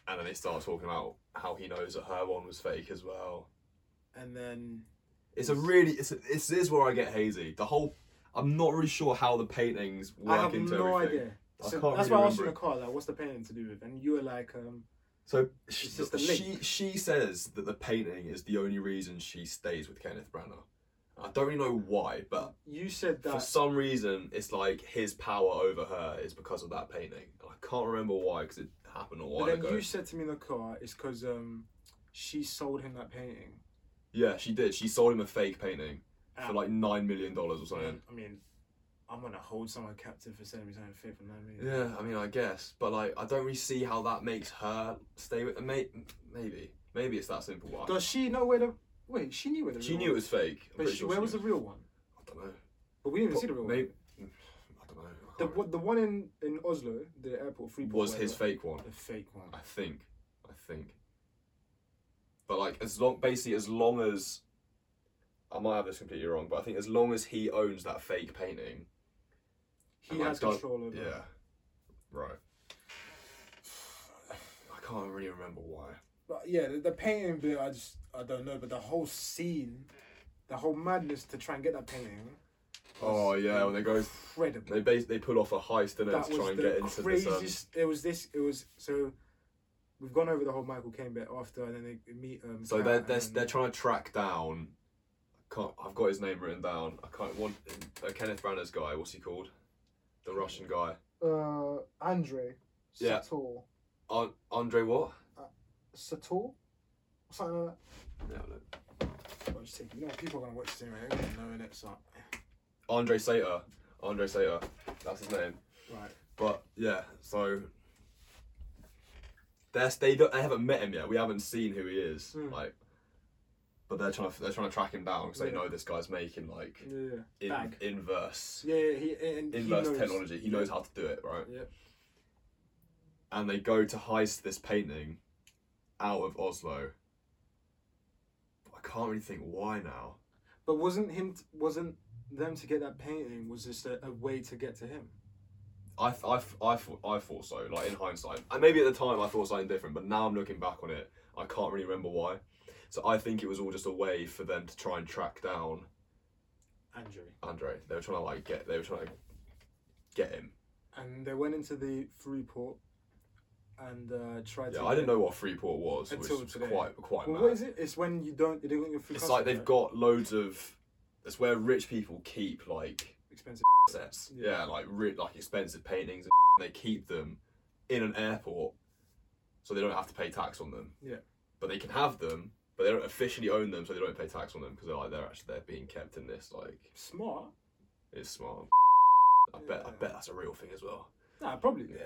[SPEAKER 1] and then they start talking about how he knows that her one was fake as well.
[SPEAKER 2] Yeah. And then
[SPEAKER 1] It's a really it's a, it's this is where I get hazy. The whole I'm not really sure how the paintings work
[SPEAKER 2] I have
[SPEAKER 1] into
[SPEAKER 2] no
[SPEAKER 1] everything.
[SPEAKER 2] idea.
[SPEAKER 1] I
[SPEAKER 2] So
[SPEAKER 1] can't
[SPEAKER 2] that's
[SPEAKER 1] really
[SPEAKER 2] why I
[SPEAKER 1] remember
[SPEAKER 2] asked you in
[SPEAKER 1] it.
[SPEAKER 2] the car, like, what's the painting to do with? And you were like, um,
[SPEAKER 1] So she,
[SPEAKER 2] It's just a
[SPEAKER 1] she she says that the painting is the only reason she stays with Kenneth Branagh. I don't really know why, but
[SPEAKER 2] you said
[SPEAKER 1] for
[SPEAKER 2] that.
[SPEAKER 1] some reason, it's like his power over her is because of that painting. And I can't remember why because it happened a
[SPEAKER 2] But
[SPEAKER 1] while
[SPEAKER 2] then
[SPEAKER 1] ago.
[SPEAKER 2] you said to me in the car, it's because um, she sold him that painting.
[SPEAKER 1] Yeah, she did. She sold him a fake painting for
[SPEAKER 2] Um,
[SPEAKER 1] like nine million dollars or something.
[SPEAKER 2] I mean, I'm gonna hold someone captive for selling his own faith and that means.
[SPEAKER 1] Yeah, I mean, I guess, but like, I don't really see how that makes her stay with. May, maybe, maybe it's that simple. Why?
[SPEAKER 2] Does she know where the? Wait, she knew where the.
[SPEAKER 1] She
[SPEAKER 2] real
[SPEAKER 1] knew it
[SPEAKER 2] one-
[SPEAKER 1] was fake. I'm
[SPEAKER 2] But
[SPEAKER 1] pretty
[SPEAKER 2] she,
[SPEAKER 1] sure
[SPEAKER 2] where
[SPEAKER 1] she
[SPEAKER 2] was
[SPEAKER 1] knew.
[SPEAKER 2] the real one?
[SPEAKER 1] I don't know.
[SPEAKER 2] But we didn't even see the
[SPEAKER 1] Pro-
[SPEAKER 2] real one.
[SPEAKER 1] Maybe. I don't know. I
[SPEAKER 2] The,
[SPEAKER 1] can't
[SPEAKER 2] what, the one in, in Oslo, the airport, free
[SPEAKER 1] remember. was his fake one.
[SPEAKER 2] The fake one.
[SPEAKER 1] I think. I think. But like as long basically as long as I might have this completely wrong, but I think as long as he owns that fake painting,
[SPEAKER 2] He
[SPEAKER 1] Like,
[SPEAKER 2] has
[SPEAKER 1] don't-
[SPEAKER 2] control over.
[SPEAKER 1] yeah, right. I can't really remember why.
[SPEAKER 2] But yeah, the, the painting bit, I just I don't know. But the whole scene, the whole madness to try and get that painting.
[SPEAKER 1] Oh
[SPEAKER 2] was
[SPEAKER 1] yeah, when they go,
[SPEAKER 2] incredible.
[SPEAKER 1] they bas- they pull off a heist in it
[SPEAKER 2] that
[SPEAKER 1] to try
[SPEAKER 2] was
[SPEAKER 1] and get
[SPEAKER 2] the
[SPEAKER 1] into this. Um,
[SPEAKER 2] craziest. It was this. It was so. We've gone over the whole Michael Caine bit after, and then they meet. Um,
[SPEAKER 1] so
[SPEAKER 2] Kat
[SPEAKER 1] they're they're,
[SPEAKER 2] and-
[SPEAKER 1] they're trying to track down. I can't. I've got his name written down. I can't. One uh, Kenneth Branagh's guy. What's he called? The Russian guy.
[SPEAKER 3] Uh, Andre.
[SPEAKER 1] Yeah.
[SPEAKER 3] Sator.
[SPEAKER 1] An- Andre what?
[SPEAKER 3] Sator? Something like that.
[SPEAKER 1] Yeah, I don't-
[SPEAKER 2] Well, just take- you know, what, people are gonna watch this anyway. They're gonna know it, so
[SPEAKER 1] Andre Sater. Andre Sater. That's his name.
[SPEAKER 2] right.
[SPEAKER 1] But yeah, so they're, they don't, they haven't met him yet. We haven't seen who he is.
[SPEAKER 2] Hmm.
[SPEAKER 1] Like, but they're trying to they're trying to track him down because they
[SPEAKER 2] Yeah.
[SPEAKER 1] know this guy's making like
[SPEAKER 2] Yeah, yeah,
[SPEAKER 1] in,
[SPEAKER 2] Bag.
[SPEAKER 1] inverse
[SPEAKER 2] yeah. yeah, He and he
[SPEAKER 1] inverse
[SPEAKER 2] knows.
[SPEAKER 1] technology. He knows how to do it, right?
[SPEAKER 2] Yep.
[SPEAKER 1] And they go to heist this painting out of Oslo. But I can't really think why now.
[SPEAKER 2] But wasn't him? T- wasn't them to get that painting? Was just a, a way to get to him?
[SPEAKER 1] I, th- I, th- I, thought, I thought so, like in hindsight. And maybe at the time I thought something different, but now I'm looking back on it, I can't really remember why. So I think it was all just a way for them to try and track down
[SPEAKER 2] Andrew.
[SPEAKER 1] Andre. They were trying to like get, they were trying to get him.
[SPEAKER 2] And they went into the Freeport and uh, tried to.
[SPEAKER 1] Yeah, I didn't know what Freeport was, which
[SPEAKER 2] Until
[SPEAKER 1] was
[SPEAKER 2] today.
[SPEAKER 1] quite, quite
[SPEAKER 2] Well,
[SPEAKER 1] mad.
[SPEAKER 2] what is it? It's when you don't. You don't get your free
[SPEAKER 1] It's like they've
[SPEAKER 2] custody,
[SPEAKER 1] got loads of, it's where rich people keep like
[SPEAKER 2] right? expensive.
[SPEAKER 1] sets.
[SPEAKER 2] Yeah.
[SPEAKER 1] Yeah, like re- like expensive paintings and they keep them in an airport so they don't have to pay tax on them.
[SPEAKER 2] Yeah.
[SPEAKER 1] But they can have them, but they don't officially own them so they don't pay tax on them because they're like they're actually they're being kept in this like
[SPEAKER 2] Smart.
[SPEAKER 1] it's smart. I bet I
[SPEAKER 2] Yeah.
[SPEAKER 1] bet that's a real thing as well.
[SPEAKER 2] Nah, probably.
[SPEAKER 1] Yeah.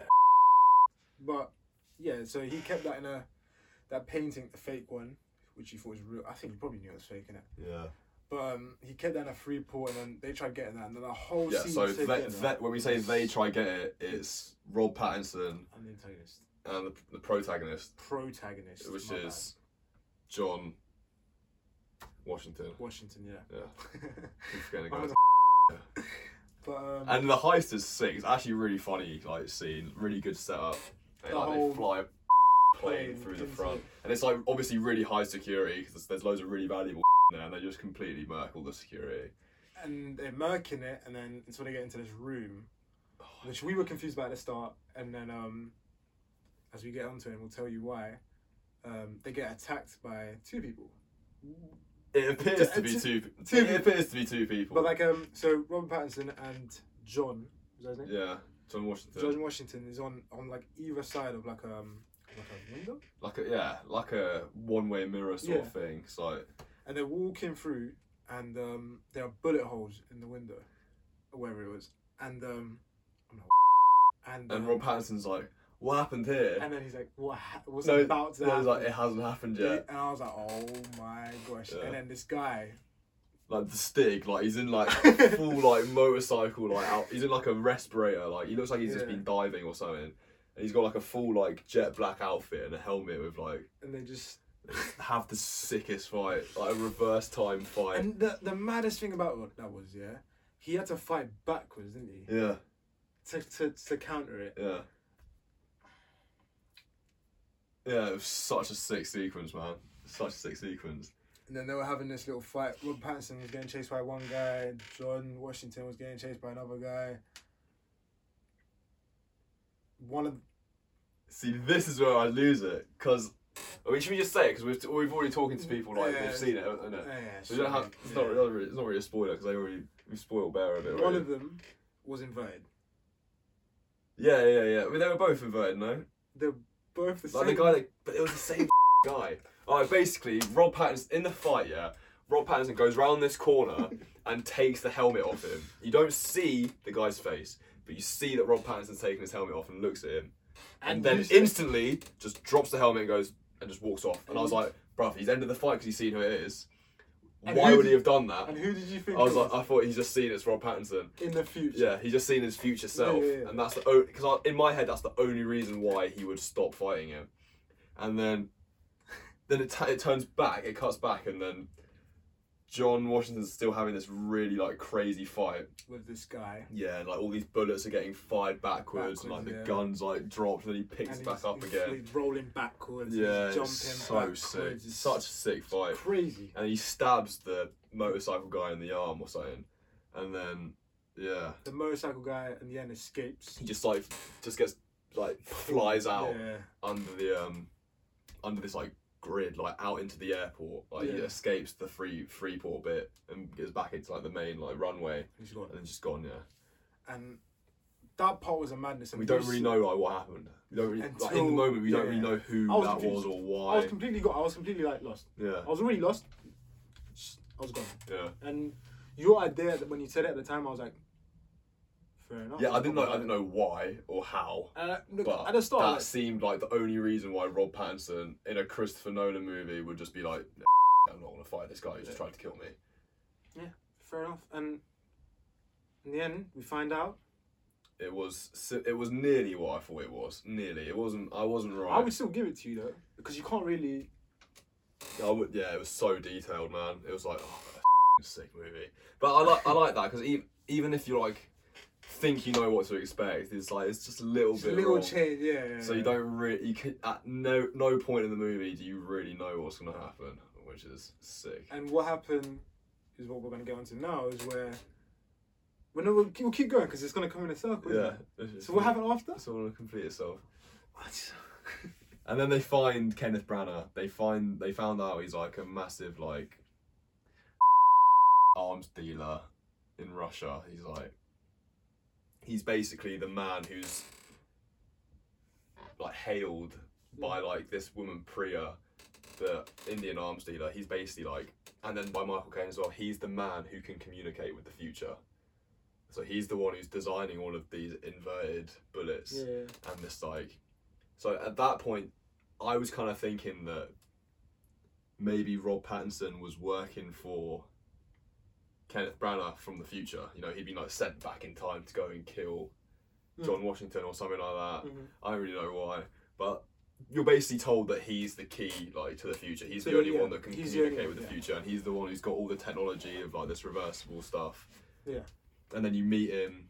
[SPEAKER 2] But yeah, so he kept that in a that painting, the fake one, which he thought was real. I think he probably knew it was fake, innit?
[SPEAKER 1] Yeah.
[SPEAKER 2] But um, he kept that in a Freeport, and then they tried getting that, and then the whole
[SPEAKER 1] Yeah,
[SPEAKER 2] scene.
[SPEAKER 1] so
[SPEAKER 2] to
[SPEAKER 1] they,
[SPEAKER 2] get
[SPEAKER 1] they,
[SPEAKER 2] that
[SPEAKER 1] when we say they
[SPEAKER 2] was-
[SPEAKER 1] try get it, it's Rob Pattinson
[SPEAKER 2] I'm the antagonist,
[SPEAKER 1] and the, the protagonist,
[SPEAKER 2] protagonist,
[SPEAKER 1] which
[SPEAKER 2] my
[SPEAKER 1] is John Washington.
[SPEAKER 2] bad. Washington, yeah.
[SPEAKER 1] Yeah, keep forgetting the
[SPEAKER 2] One
[SPEAKER 1] guy's
[SPEAKER 2] of the- but um,
[SPEAKER 1] And the heist is sick. It's actually really funny, like scene, really good setup. They,
[SPEAKER 2] The
[SPEAKER 1] like,
[SPEAKER 2] whole
[SPEAKER 1] they fly a plane
[SPEAKER 2] plane
[SPEAKER 1] through the
[SPEAKER 2] into-
[SPEAKER 1] front, and it's like obviously really high security because there's loads of really valuable in there, and they just completely murk all the security.
[SPEAKER 2] and they're murking it, and then until they get into this room,
[SPEAKER 1] Oh,
[SPEAKER 2] which we were confused about at the start, and then um, as we get onto it, we'll tell you why. Um, they get attacked by two people,
[SPEAKER 1] It appears to be
[SPEAKER 2] Two-
[SPEAKER 1] two.
[SPEAKER 2] two
[SPEAKER 1] it appears to be two people.
[SPEAKER 2] but like um, so Robert Pattinson and John, is that his name?
[SPEAKER 1] yeah, John Washington.
[SPEAKER 2] John Washington is on on like either side of like um like a window,
[SPEAKER 1] Like a yeah, like a one-way mirror sort
[SPEAKER 2] Yeah.
[SPEAKER 1] of thing. It's like
[SPEAKER 2] and they're walking through, and um, there are bullet holes in the window, or wherever it was, and um, I'm not and
[SPEAKER 1] and
[SPEAKER 2] um,
[SPEAKER 1] Rob Pattinson's like, "What happened here?"
[SPEAKER 2] and then he's like, what ha- was
[SPEAKER 1] No,
[SPEAKER 2] about to
[SPEAKER 1] And he's
[SPEAKER 2] happen?
[SPEAKER 1] like, "It hasn't happened yet."
[SPEAKER 2] And I was like, oh my gosh.
[SPEAKER 1] Yeah.
[SPEAKER 2] And then this guy,
[SPEAKER 1] like the stick, like he's in like full like motorcycle, like out, he's in like a respirator, like he looks like he's just
[SPEAKER 2] Yeah.
[SPEAKER 1] been diving or something, and he's got like a full like jet black outfit and a helmet with like
[SPEAKER 2] and they just.
[SPEAKER 1] have the sickest fight, like a reverse time fight.
[SPEAKER 2] And the, the maddest thing about what that was, yeah, he had to fight backwards, didn't he?
[SPEAKER 1] yeah,
[SPEAKER 2] To, to, to counter it.
[SPEAKER 1] yeah, yeah. It was such a sick sequence, man. Such a sick sequence.
[SPEAKER 2] And then they were having this little fight. Rob Pattinson was getting chased by one guy, John Washington was getting chased by another guy. One of.
[SPEAKER 1] See, this is where I lose it because. I mean, should we just say it? Because we've, we've already talking to people like
[SPEAKER 2] Yeah.
[SPEAKER 1] they've seen it, haven't they?
[SPEAKER 2] Yeah, ah, yeah,
[SPEAKER 1] So you don't have, it's, not
[SPEAKER 2] yeah.
[SPEAKER 1] really, it's not really a spoiler because they already we spoiled Bear a bit.
[SPEAKER 2] One
[SPEAKER 1] already.
[SPEAKER 2] of them was inverted.
[SPEAKER 1] yeah, yeah, yeah. I mean, they were both inverted, no?
[SPEAKER 2] They're both the
[SPEAKER 1] Like
[SPEAKER 2] same.
[SPEAKER 1] the guy that, but it was the same guy. All right, basically, Rob Pattinson in the fight, yeah. Rob Pattinson goes round this corner and takes the helmet off him. You don't see the guy's face, but you see that Rob Pattinson's taking his helmet off and looks at him, and, then
[SPEAKER 2] you-
[SPEAKER 1] instantly just drops the helmet and goes and just walks off. And I was like, bruv, he's ended the fight because he's seen who it is.
[SPEAKER 2] And
[SPEAKER 1] Why
[SPEAKER 2] who
[SPEAKER 1] would
[SPEAKER 2] did-
[SPEAKER 1] he have done that?
[SPEAKER 2] And who did you think
[SPEAKER 1] I was
[SPEAKER 2] it
[SPEAKER 1] like, I thought he's just seen it's Rob Pattinson.
[SPEAKER 2] in the future?
[SPEAKER 1] Yeah, he's just seen his future self,
[SPEAKER 2] yeah, yeah.
[SPEAKER 1] and that's the only because in my head that's the only reason why he would stop fighting him. And then, then it, t- it turns back, it cuts back, and then John Washington's still having this really like crazy fight.
[SPEAKER 2] with this guy.
[SPEAKER 1] Yeah, and, like all these bullets are getting fired backwards, and like the
[SPEAKER 2] Backwards, yeah.
[SPEAKER 1] guns like dropped, and he picks it
[SPEAKER 2] And
[SPEAKER 1] back
[SPEAKER 2] he's-
[SPEAKER 1] up
[SPEAKER 2] he's
[SPEAKER 1] again.
[SPEAKER 2] really rolling backwards.
[SPEAKER 1] Yeah, it's
[SPEAKER 2] he's jumping
[SPEAKER 1] so
[SPEAKER 2] backwards.
[SPEAKER 1] sick.
[SPEAKER 2] It's
[SPEAKER 1] Such a sick fight.
[SPEAKER 2] crazy.
[SPEAKER 1] And he stabs the motorcycle guy in the arm or something, and then yeah,
[SPEAKER 2] The motorcycle guy in the end escapes.
[SPEAKER 1] he just like just gets like flies out
[SPEAKER 2] Yeah.
[SPEAKER 1] under the um under this like grid like out into the airport like he
[SPEAKER 2] Yeah.
[SPEAKER 1] escapes the free freeport bit and goes back into like the main like runway
[SPEAKER 2] He's gone.
[SPEAKER 1] and then just gone yeah
[SPEAKER 2] And that part was a madness. And
[SPEAKER 1] we don't
[SPEAKER 2] those-
[SPEAKER 1] really know like what happened we don't really like in the
[SPEAKER 2] Until-
[SPEAKER 1] moment we don't
[SPEAKER 2] yeah.
[SPEAKER 1] really know who
[SPEAKER 2] I was
[SPEAKER 1] that was
[SPEAKER 2] confused.
[SPEAKER 1] or
[SPEAKER 2] I
[SPEAKER 1] why
[SPEAKER 2] was completely got. I was completely like lost.
[SPEAKER 1] yeah
[SPEAKER 2] I was already lost. I was gone.
[SPEAKER 1] yeah
[SPEAKER 2] And your idea at the- when you said it at the time, I was like, fair enough.
[SPEAKER 1] yeah i didn't know i didn't know why or how
[SPEAKER 2] And I, look,
[SPEAKER 1] but
[SPEAKER 2] at the
[SPEAKER 1] that
[SPEAKER 2] start, like,
[SPEAKER 1] seemed like the only reason why rob pattinson in a christopher nolan movie would just be like i'm not gonna fight this guy who's just
[SPEAKER 2] Yeah.
[SPEAKER 1] trying to kill me
[SPEAKER 2] fair enough. And in the end, we find out.
[SPEAKER 1] it was si- it was nearly what i thought it was nearly it wasn't i wasn't right
[SPEAKER 2] I would still give it to you though, because you can't really.
[SPEAKER 1] I would, yeah, it was so detailed, man. It was like, oh, that's a sick movie. But I like, I like that because even, even if you like think you know what to expect, it's like it's just a little
[SPEAKER 2] It's a
[SPEAKER 1] bit
[SPEAKER 2] little
[SPEAKER 1] wrong.
[SPEAKER 2] change, yeah, yeah.
[SPEAKER 1] So you
[SPEAKER 2] yeah.
[SPEAKER 1] don't really, you can at no no point in the movie do you really know what's gonna happen, which is sick.
[SPEAKER 2] And what happened is what we're going to get onto now is where. Well, no, we'll, keep- we'll keep going because it's going to come in a circle. isn't
[SPEAKER 1] Yeah.
[SPEAKER 2] it? So what happened after?
[SPEAKER 1] It's all gonna complete itself. And then they find Kenneth Branagh. They find they found out he's like a massive like arms dealer in Russia. He's like he's basically the man who's like hailed by like this woman Priya, the Indian arms dealer. He's basically like, and then by Michael Caine as well. He's the man who can communicate with the future. So he's the one who's designing all of these inverted bullets
[SPEAKER 2] Yeah, yeah.
[SPEAKER 1] and this like so at that point i was kind of thinking that maybe rob pattinson was working for kenneth branagh from the future you know he'd been like sent back in time to go and kill
[SPEAKER 2] Mm.
[SPEAKER 1] john washington or something like that
[SPEAKER 2] Mhm.
[SPEAKER 1] i don't really know why but you're basically told that he's the key like to the future he's
[SPEAKER 2] So,
[SPEAKER 1] the only
[SPEAKER 2] yeah,
[SPEAKER 1] one that can
[SPEAKER 2] he's the only
[SPEAKER 1] communicate
[SPEAKER 2] one,
[SPEAKER 1] with the
[SPEAKER 2] yeah.
[SPEAKER 1] future and he's the one who's got all the technology of like this reversible stuff
[SPEAKER 2] Yeah.
[SPEAKER 1] and then you meet him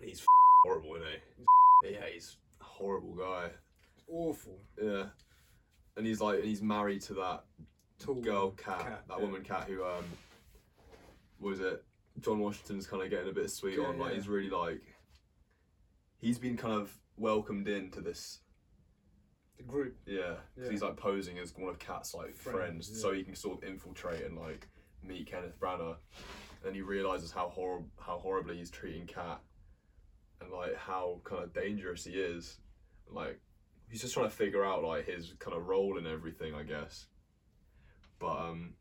[SPEAKER 1] he's horrible isn't he yeah he's a horrible guy
[SPEAKER 2] Awful.
[SPEAKER 1] yeah. And he's like, he's married to that
[SPEAKER 2] Tall.
[SPEAKER 1] girl cat,
[SPEAKER 2] Cat,
[SPEAKER 1] that
[SPEAKER 2] yeah.
[SPEAKER 1] woman cat who, um, what is it? John Washington's kind of getting a bit sweet
[SPEAKER 2] Yeah,
[SPEAKER 1] on. Like,
[SPEAKER 2] yeah.
[SPEAKER 1] he's really like, he's been kind of welcomed into this.
[SPEAKER 2] The group.
[SPEAKER 1] Yeah. 'cause
[SPEAKER 2] Yeah.
[SPEAKER 1] he's like posing as one of Cat's like friends,
[SPEAKER 2] Friends,
[SPEAKER 1] so he can sort of infiltrate and like meet Kenneth Branagh. And he realizes how horrible, how horribly he's treating Cat, and like how kind of dangerous he is. Like he's just trying to figure out like his kind of role in everything, I guess. But um,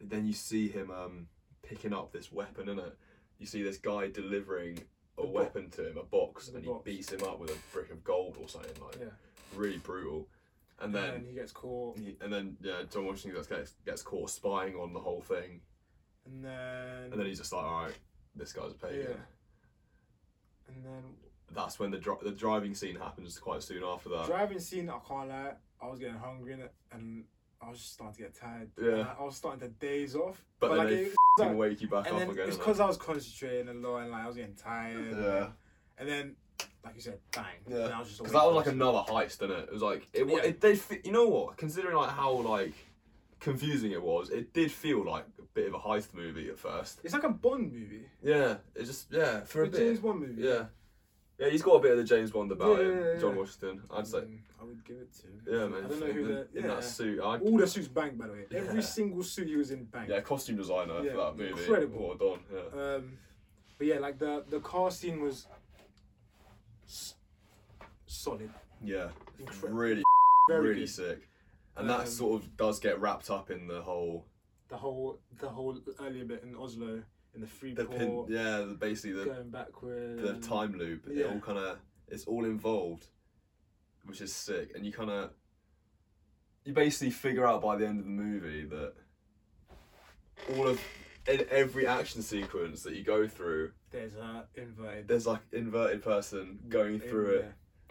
[SPEAKER 1] then you see him um picking up this weapon, and it you see this guy delivering a
[SPEAKER 2] The bo-
[SPEAKER 1] weapon to him, a box,
[SPEAKER 2] The
[SPEAKER 1] and
[SPEAKER 2] box.
[SPEAKER 1] he beats him up with a brick of gold or something like
[SPEAKER 2] Yeah.
[SPEAKER 1] really brutal. And
[SPEAKER 2] And
[SPEAKER 1] then
[SPEAKER 2] then he gets caught.
[SPEAKER 1] he, and then yeah, John Washington gets- gets gets caught spying on the whole thing,
[SPEAKER 2] And then.
[SPEAKER 1] and then he's just like, all right, this guy's a pagan.
[SPEAKER 2] Yeah. And then
[SPEAKER 1] That's when the dri- the driving scene happens quite soon after that.
[SPEAKER 2] driving scene, I can't lie, I was getting hungry and, and I was just starting to get tired.
[SPEAKER 1] Yeah.
[SPEAKER 2] And I was starting to daze off.
[SPEAKER 1] But then they
[SPEAKER 2] it-
[SPEAKER 1] Can
[SPEAKER 2] like-
[SPEAKER 1] wake you back
[SPEAKER 2] and
[SPEAKER 1] up
[SPEAKER 2] then
[SPEAKER 1] again.
[SPEAKER 2] it's
[SPEAKER 1] and
[SPEAKER 2] because I was concentrating a lot and like I was getting tired.
[SPEAKER 1] that. yeah,
[SPEAKER 2] And then, like you said, bang.
[SPEAKER 1] Yeah.
[SPEAKER 2] And I was just
[SPEAKER 1] because that was
[SPEAKER 2] awake.
[SPEAKER 1] like another heist, didn't it? It was like it. wa-
[SPEAKER 2] Yeah.
[SPEAKER 1] it they fe- you know what? Considering like how like confusing it was, it did feel like a bit of a heist movie at first.
[SPEAKER 2] It's like a Bond movie.
[SPEAKER 1] Yeah, it just yeah for a
[SPEAKER 2] The James
[SPEAKER 1] bit.
[SPEAKER 2] Bond movie.
[SPEAKER 1] Yeah, yeah, he's got a bit of the James Bond about
[SPEAKER 2] Yeah,
[SPEAKER 1] him,
[SPEAKER 2] yeah, yeah,
[SPEAKER 1] John
[SPEAKER 2] yeah.
[SPEAKER 1] Washington. I'd say.
[SPEAKER 2] Mm, I would give it to. him.
[SPEAKER 1] Yeah, man.
[SPEAKER 2] I don't know who
[SPEAKER 1] in,
[SPEAKER 2] the.
[SPEAKER 1] in
[SPEAKER 2] Yeah.
[SPEAKER 1] that suit. I,
[SPEAKER 2] All the suits bang, by the way.
[SPEAKER 1] Yeah.
[SPEAKER 2] Every single suit he was in bang.
[SPEAKER 1] yeah, costume designer
[SPEAKER 2] Yeah,
[SPEAKER 1] for that movie.
[SPEAKER 2] incredible.
[SPEAKER 1] Well done. Yeah.
[SPEAKER 2] Um, but yeah, like the the car scene was s- solid,
[SPEAKER 1] yeah.
[SPEAKER 2] incredible,
[SPEAKER 1] Really,
[SPEAKER 2] very
[SPEAKER 1] really
[SPEAKER 2] good.
[SPEAKER 1] sick. And
[SPEAKER 2] Um,
[SPEAKER 1] that sort of does get wrapped up in the whole
[SPEAKER 2] The whole the whole earlier bit in Oslo in the free
[SPEAKER 1] the pin,
[SPEAKER 2] port
[SPEAKER 1] yeah, the- basically the
[SPEAKER 2] going backwards.
[SPEAKER 1] the time loop. It
[SPEAKER 2] yeah.
[SPEAKER 1] all kind of it's all involved, which is sick. And you kind of you basically figure out by the end of the movie that all of in every action sequence that you go through,
[SPEAKER 2] There's a inverted
[SPEAKER 1] there's like inverted person going through it.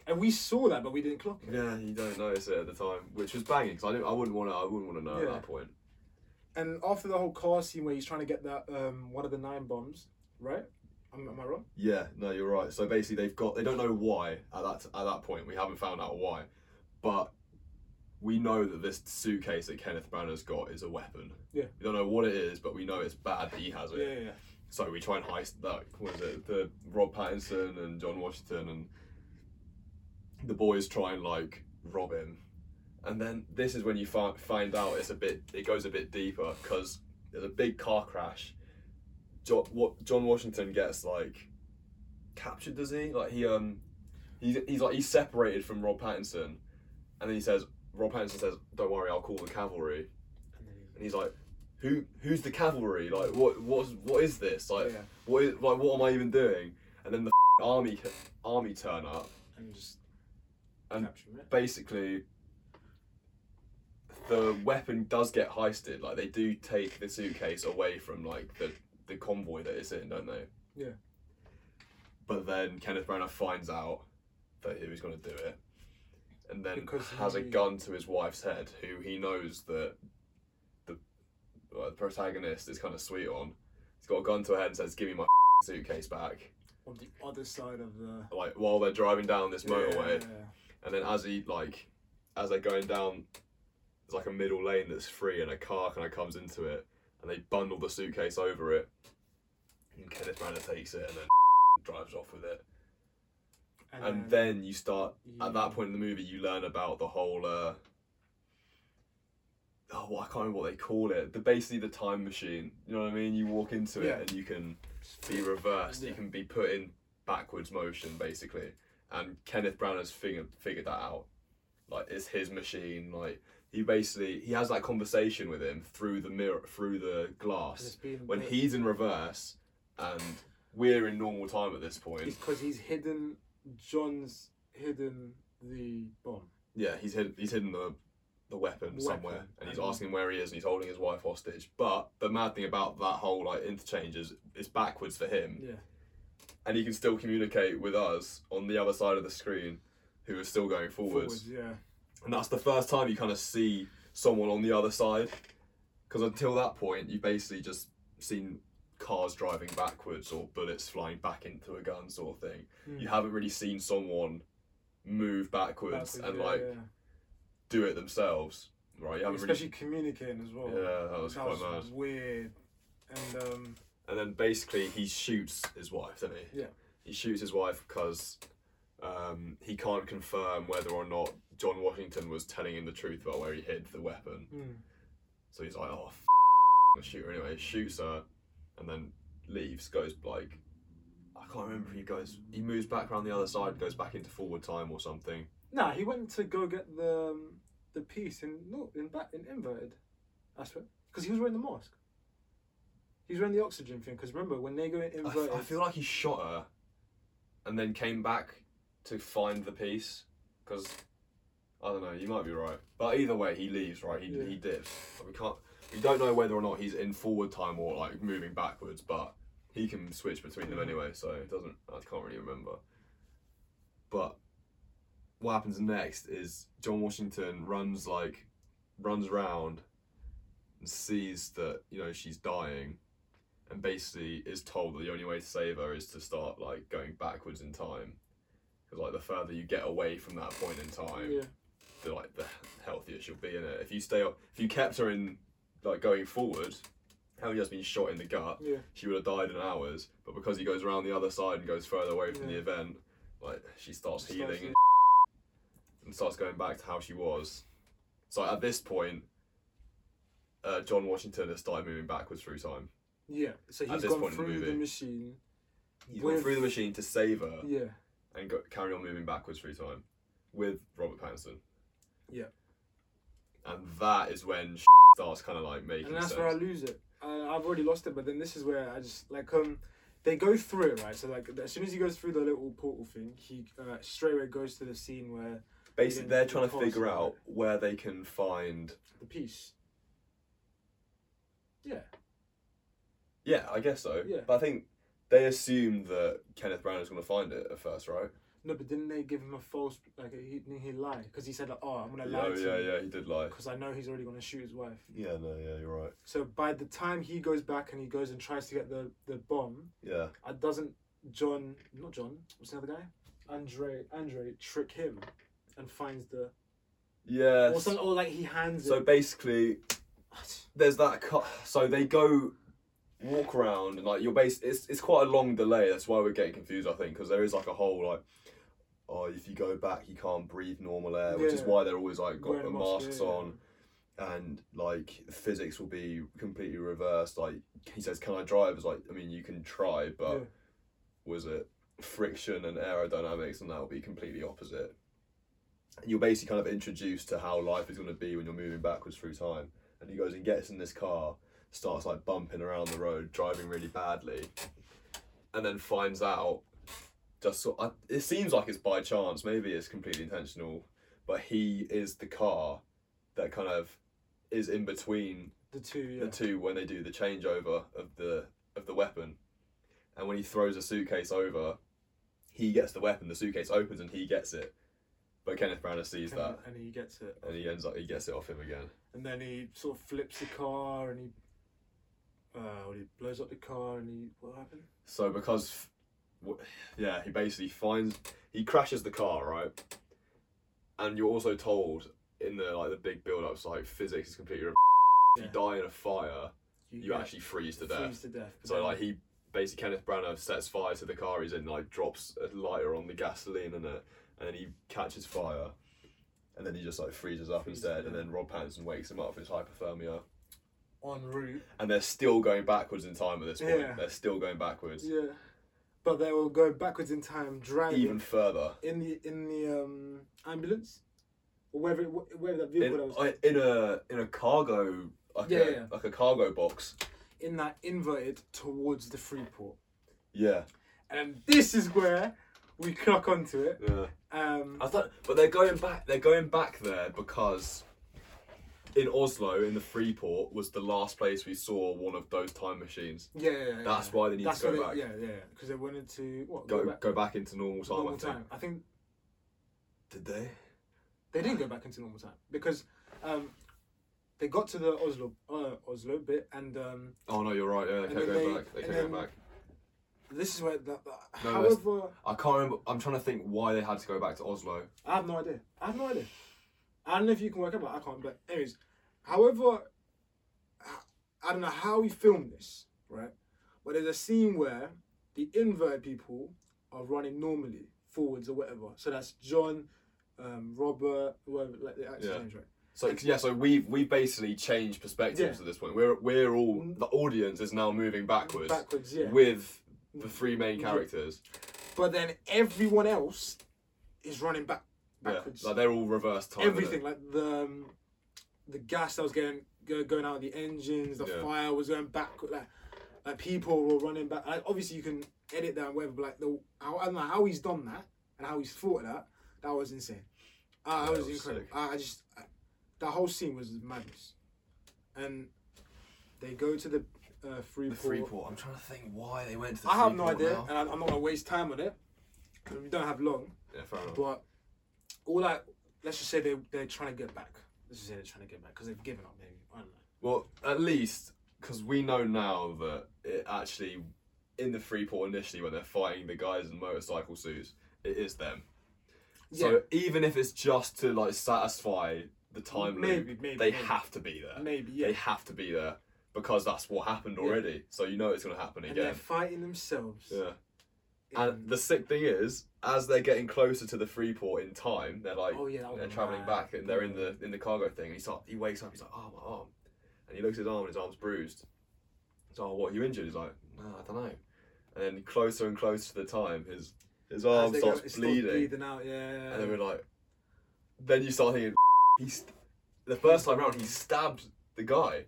[SPEAKER 2] yeah. and we saw that, but we didn't clock it.
[SPEAKER 1] Yeah, you don't notice it at the time, which was banging because I didn't, I wouldn't want to. I wouldn't want to know at
[SPEAKER 2] Yeah.
[SPEAKER 1] that point.
[SPEAKER 2] and after the whole car scene where he's trying to get that um one of the nine bombs, right? Am, am I wrong?
[SPEAKER 1] Yeah, no, you're right. So basically, they've got they don't know why at that at that point. We haven't found out why, but we know that this suitcase that Kenneth Branagh's got is a weapon.
[SPEAKER 2] Yeah.
[SPEAKER 1] We don't know what it is, but we know it's bad that he has it.
[SPEAKER 2] Yeah, yeah, yeah.
[SPEAKER 1] So we try and heist that. What is it? The Rob Pattinson and John Washington and the boys try and like rob him, and then this is when you fi- find out it's a bit. It goes a bit deeper because there's a big car crash. John, what John Washington gets like captured? Does he like he um he's he's like he's separated from Rob Pattinson, and then he says Rob Pattinson says, "Don't worry, I'll call the cavalry,"
[SPEAKER 2] And then
[SPEAKER 1] and he's like. Who, who's the cavalry? Like what? What's, what is this? Like
[SPEAKER 2] he- yeah,
[SPEAKER 1] what is, like what am I even doing? And then the army army turn up.
[SPEAKER 2] and just
[SPEAKER 1] And-
[SPEAKER 2] capture him. yeah.
[SPEAKER 1] Basically, the weapon does get heisted. Like they do take the suitcase away from like the the convoy that it's in, don't they?
[SPEAKER 2] Yeah.
[SPEAKER 1] But then Kenneth Branagh finds out that he was going to do it, and then
[SPEAKER 2] Because
[SPEAKER 1] has a
[SPEAKER 2] he-
[SPEAKER 1] gun to his wife's head, who he knows that the uh, the protagonist is kind of sweet on. He's got a gun to her head and says, "Give me my suitcase back."
[SPEAKER 2] On the other side of the
[SPEAKER 1] like while they're driving down this motorway,
[SPEAKER 2] Yeah, yeah,
[SPEAKER 1] and then as he like, as they're going down, there's like a middle lane that's free, and a car kind of comes into it, and they bundle the suitcase over it, and Kenneth Branagh takes it, and then drives off with it,
[SPEAKER 2] yeah.
[SPEAKER 1] and, then you start
[SPEAKER 2] you-
[SPEAKER 1] at that point in the movie, you learn about the whole. Uh, Oh, well, I can't remember what they call it. The basically the time machine. You know what I mean? You walk into it
[SPEAKER 2] Yeah.
[SPEAKER 1] and you can be reversed.
[SPEAKER 2] Yeah.
[SPEAKER 1] You can be put in backwards motion basically, and Kenneth Branagh's figured figured that out. Like it's his machine. Like he basically he has that conversation with him through the mirror, through the glass.
[SPEAKER 2] Just being
[SPEAKER 1] When
[SPEAKER 2] bit-
[SPEAKER 1] he's in reverse, and we're in normal time at this point.
[SPEAKER 2] because he's hidden John's hidden the bomb.
[SPEAKER 1] Yeah, he's hid, he's hidden the the weapon,
[SPEAKER 2] Weapon.
[SPEAKER 1] somewhere, and he's asking where he is, and he's holding his wife hostage. But the mad thing about that whole like interchange is it's backwards for him.
[SPEAKER 2] Yeah.
[SPEAKER 1] and he can still communicate with us on the other side of the screen who is still going forwards.
[SPEAKER 2] Forwards, yeah.
[SPEAKER 1] And that's the first time you kind of see someone on the other side. Because until that point, you've basically just seen cars driving backwards or bullets flying back into a gun, sort of thing.
[SPEAKER 2] Hmm.
[SPEAKER 1] You haven't really seen someone move backwards,
[SPEAKER 2] Backwards,
[SPEAKER 1] and
[SPEAKER 2] yeah,
[SPEAKER 1] like
[SPEAKER 2] yeah.
[SPEAKER 1] do it themselves, right? You haven't
[SPEAKER 2] especially communicating as well.
[SPEAKER 1] really. Yeah, that was
[SPEAKER 2] that
[SPEAKER 1] quite
[SPEAKER 2] was
[SPEAKER 1] mad.
[SPEAKER 2] weird. And um,
[SPEAKER 1] And then basically he shoots his wife, doesn't he?
[SPEAKER 2] Yeah.
[SPEAKER 1] He shoots his wife because um, he can't confirm whether or not John Washington was telling him the truth about where he hid the weapon.
[SPEAKER 2] mm,
[SPEAKER 1] So he's like, oh, f- I'm gonna shoot her anyway. Shoots her and then leaves, goes like, I can't remember if he goes, he moves back around the other side, goes back into forward time or something.
[SPEAKER 2] nah, he went to go get the um, the piece in no in back in inverted. I swear, because he was wearing the mask. He was wearing the oxygen thing. Because remember when they go in
[SPEAKER 1] I,
[SPEAKER 2] inverted,
[SPEAKER 1] f- I feel like he shot her and then came back to find the piece because I don't know. You might be right, but either way, he leaves. Right, he
[SPEAKER 2] Yeah.
[SPEAKER 1] he dips. Like, we can't. We don't know whether or not he's in forward time or like moving backwards, but he can switch between them
[SPEAKER 2] Mhm.
[SPEAKER 1] anyway. So it doesn't. I can't really remember. But what happens next is John Washington runs like runs round and sees that you know she's dying and basically is told that the only way to save her is to start like going backwards in time because like the further you get away from that point in time
[SPEAKER 2] yeah,
[SPEAKER 1] the like the healthier she'll be in it if you stay up if you kept her in like going forward having just been shot in the gut
[SPEAKER 2] yeah,
[SPEAKER 1] she would have died in hours but because he goes around the other side and goes further away from the
[SPEAKER 2] Yeah.
[SPEAKER 1] event like she starts
[SPEAKER 2] Starts
[SPEAKER 1] healing
[SPEAKER 2] to-
[SPEAKER 1] and and starts going back to how she was. So at this point, uh, John Washington has started moving backwards through time.
[SPEAKER 2] yeah. So
[SPEAKER 1] At
[SPEAKER 2] he's
[SPEAKER 1] this
[SPEAKER 2] gone
[SPEAKER 1] point in the
[SPEAKER 2] through the,
[SPEAKER 1] movie.
[SPEAKER 2] machine.
[SPEAKER 1] He's gone
[SPEAKER 2] With-
[SPEAKER 1] through the machine to save her
[SPEAKER 2] Yeah,
[SPEAKER 1] and go, carry on moving backwards through time with Robert Pattinson.
[SPEAKER 2] Yeah.
[SPEAKER 1] And that is when starts kind of like making
[SPEAKER 2] and that's
[SPEAKER 1] sense.
[SPEAKER 2] where I lose it. I, I've already lost it, but then this is where I just like um, they go through it right. So like as soon as he goes through the little portal thing, he uh, straight away goes to the scene where
[SPEAKER 1] Basically,
[SPEAKER 2] Yeah,
[SPEAKER 1] they're
[SPEAKER 2] the
[SPEAKER 1] trying to
[SPEAKER 2] past,
[SPEAKER 1] figure
[SPEAKER 2] right.
[SPEAKER 1] out where they can find.
[SPEAKER 2] the piece. Yeah,
[SPEAKER 1] Yeah, I guess so.
[SPEAKER 2] Yeah.
[SPEAKER 1] But I think they assume that Kenneth Brown is going to find it at first, right?
[SPEAKER 2] No, but didn't they give him a false like he didn't he lie because he said like, oh I'm gonna lie
[SPEAKER 1] Yeah,
[SPEAKER 2] to
[SPEAKER 1] yeah, yeah, he did lie.
[SPEAKER 2] because I know he's already gonna shoot his wife.
[SPEAKER 1] Yeah, no, yeah, you're right.
[SPEAKER 2] So by the time he goes back and he goes and tries to get the the bomb,
[SPEAKER 1] Yeah.
[SPEAKER 2] uh, doesn't John not John what's the other guy Andre Andre trick him and finds the
[SPEAKER 1] Yeah.
[SPEAKER 2] or some, or like he hands
[SPEAKER 1] So
[SPEAKER 2] it.
[SPEAKER 1] basically, there's that cut. So they go walk around and like you're based. It's it's quite a long delay. That's why we're getting confused. I think because there is like a whole like. Oh, if you go back, you can't breathe normal air, which is
[SPEAKER 2] Yeah.
[SPEAKER 1] why they're always like got the
[SPEAKER 2] Wearing a mask,
[SPEAKER 1] masks
[SPEAKER 2] yeah, yeah.
[SPEAKER 1] on, and like physics will be completely reversed. Like he says, "Can I drive?" It's like, I mean, you can try, but
[SPEAKER 2] Yeah.
[SPEAKER 1] was it friction and aerodynamics, and that will be completely opposite. And you're basically kind of introduced to how life is going to be when you're moving backwards through time. And he goes and gets in this car, starts like bumping around the road, driving really badly, and then finds out. Just so I, it seems like it's by chance. Maybe it's completely intentional, but he is the car that kind of is in between
[SPEAKER 2] the two yeah.
[SPEAKER 1] the two when they do the changeover of the of the weapon, and when he throws a suitcase over, he gets the weapon. The suitcase opens and he gets it, but Kenneth Branagh sees
[SPEAKER 2] and,
[SPEAKER 1] that
[SPEAKER 2] and he gets it
[SPEAKER 1] and he ends up he gets it off him again.
[SPEAKER 2] and then he sort of flips the car and he uh he blows up the car and he what happened
[SPEAKER 1] So because, f- w- yeah, he basically finds he crashes the car right, and you're also told in the like the big build ups like physics is completely. Re- If
[SPEAKER 2] Yeah.
[SPEAKER 1] you die in a fire, you
[SPEAKER 2] get
[SPEAKER 1] actually freeze to death.
[SPEAKER 2] freeze to death
[SPEAKER 1] So like he basically Kenneth Branagh sets fire to the car he's in, like drops a lighter on the gasoline in it, and then he catches fire, and then he just like freezes up
[SPEAKER 2] Freezes,
[SPEAKER 1] instead, and
[SPEAKER 2] yeah.
[SPEAKER 1] then Rob Pattinson wakes him up with hypothermia,
[SPEAKER 2] en route
[SPEAKER 1] and they're still going backwards in time at this point.
[SPEAKER 2] Yeah.
[SPEAKER 1] They're still going backwards,
[SPEAKER 2] yeah but they will go backwards in time driving
[SPEAKER 1] even further.
[SPEAKER 2] in the in the um ambulance or wherever it, wa- wherever that vehicle
[SPEAKER 1] In,
[SPEAKER 2] that was
[SPEAKER 1] I- in a in a cargo like,
[SPEAKER 2] Yeah,
[SPEAKER 1] a,
[SPEAKER 2] yeah.
[SPEAKER 1] like a cargo box.
[SPEAKER 2] in that inverted towards the Freeport.
[SPEAKER 1] Yeah,
[SPEAKER 2] And this is where we clock onto it.
[SPEAKER 1] yeah.
[SPEAKER 2] Um,
[SPEAKER 1] I thought, but they're going back. They're going back there because in Oslo, in the Freeport, was the last place we saw one of those time machines.
[SPEAKER 2] yeah, yeah, yeah,
[SPEAKER 1] That's
[SPEAKER 2] yeah.
[SPEAKER 1] why they need
[SPEAKER 2] That's
[SPEAKER 1] to go
[SPEAKER 2] what
[SPEAKER 1] back.
[SPEAKER 2] They, yeah, yeah, because they wanted to what
[SPEAKER 1] Go,
[SPEAKER 2] go, back
[SPEAKER 1] go back into normal
[SPEAKER 2] to
[SPEAKER 1] time.
[SPEAKER 2] normal
[SPEAKER 1] I think.
[SPEAKER 2] time. I think
[SPEAKER 1] Did they?
[SPEAKER 2] they didn't go back into normal time because um, they got to the Oslo uh, Oslo bit, and um,
[SPEAKER 1] Oh no, you're right. Yeah, they
[SPEAKER 2] And
[SPEAKER 1] kept
[SPEAKER 2] then
[SPEAKER 1] going
[SPEAKER 2] they-
[SPEAKER 1] back. They
[SPEAKER 2] and
[SPEAKER 1] kept going
[SPEAKER 2] then-
[SPEAKER 1] back.
[SPEAKER 2] this is where that. that
[SPEAKER 1] No, that's-
[SPEAKER 2] however,
[SPEAKER 1] I can't remember. I'm trying to think why they had to go back to Oslo.
[SPEAKER 2] I have no idea. I have no idea. I don't know if you can work out, but I can't. But anyways, however, I- I don't know how we filmed this, right? But there's a scene where the invert people are running normally forwards or whatever. So that's John, um, Robert, whatever, like the actor's
[SPEAKER 1] Yeah.
[SPEAKER 2] names, right?
[SPEAKER 1] So yeah, so we've we basically changed perspectives
[SPEAKER 2] Yeah.
[SPEAKER 1] at this point. We're we're all
[SPEAKER 2] Mm.
[SPEAKER 1] the audience is now moving backwards
[SPEAKER 2] Backwards, yeah.
[SPEAKER 1] with the three main
[SPEAKER 2] Yeah.
[SPEAKER 1] characters.
[SPEAKER 2] But then everyone else is running back
[SPEAKER 1] Yeah,
[SPEAKER 2] backwards.
[SPEAKER 1] like they're all reverse time. innit?
[SPEAKER 2] everything like the um, the gas that was getting go, going out of the engines the
[SPEAKER 1] Yeah.
[SPEAKER 2] fire was going back like like people were running back like obviously you can edit that and whatever but like the how, I don't know how he's done that and how he's thought of that that was insane uh,
[SPEAKER 1] Yeah,
[SPEAKER 2] that
[SPEAKER 1] it
[SPEAKER 2] was,
[SPEAKER 1] was
[SPEAKER 2] incredible
[SPEAKER 1] sick.
[SPEAKER 2] I, I just I, that whole scene was madness and they go to the uh,
[SPEAKER 1] The
[SPEAKER 2] Freeport.
[SPEAKER 1] Freeport. I'm trying to think why they went to. The
[SPEAKER 2] I have no
[SPEAKER 1] Freeport
[SPEAKER 2] idea
[SPEAKER 1] now.
[SPEAKER 2] and I, I'm not gonna waste time on it 'cause we don't have long
[SPEAKER 1] Yeah, fair enough.
[SPEAKER 2] but all that, let's just say they they're trying to get back. Let's just say they're trying to get back because they've given up. Maybe I don't know.
[SPEAKER 1] Well, at least because we know now that it actually in the Freeport initially when they're fighting the guys in motorcycle suits, it is them. So even if it's just to like satisfy the time
[SPEAKER 2] Maybe,
[SPEAKER 1] loop,
[SPEAKER 2] maybe,
[SPEAKER 1] they
[SPEAKER 2] maybe.
[SPEAKER 1] have to be there.
[SPEAKER 2] maybe yeah.
[SPEAKER 1] They have to be there because that's what happened
[SPEAKER 2] Yeah.
[SPEAKER 1] already. So you know it's going to happen
[SPEAKER 2] and they're
[SPEAKER 1] again.
[SPEAKER 2] fighting themselves.
[SPEAKER 1] Yeah.
[SPEAKER 2] in-
[SPEAKER 1] And the sick thing is, as they're getting closer to the Freeport in time, they're like,
[SPEAKER 2] oh yeah, that was
[SPEAKER 1] they're traveling
[SPEAKER 2] mad.
[SPEAKER 1] back and they're in the in the cargo thing and he start, he wakes up he's like oh my arm and he looks at his arm and his arm's bruised he's like oh what are you injured he's like no I don't know and then closer and closer to the time his his
[SPEAKER 2] As
[SPEAKER 1] arm
[SPEAKER 2] they go-
[SPEAKER 1] starts
[SPEAKER 2] it
[SPEAKER 1] bleeding
[SPEAKER 2] bleeding out. Yeah.
[SPEAKER 1] and then we're like then you start thinking he's the first time round he stabbed the guy and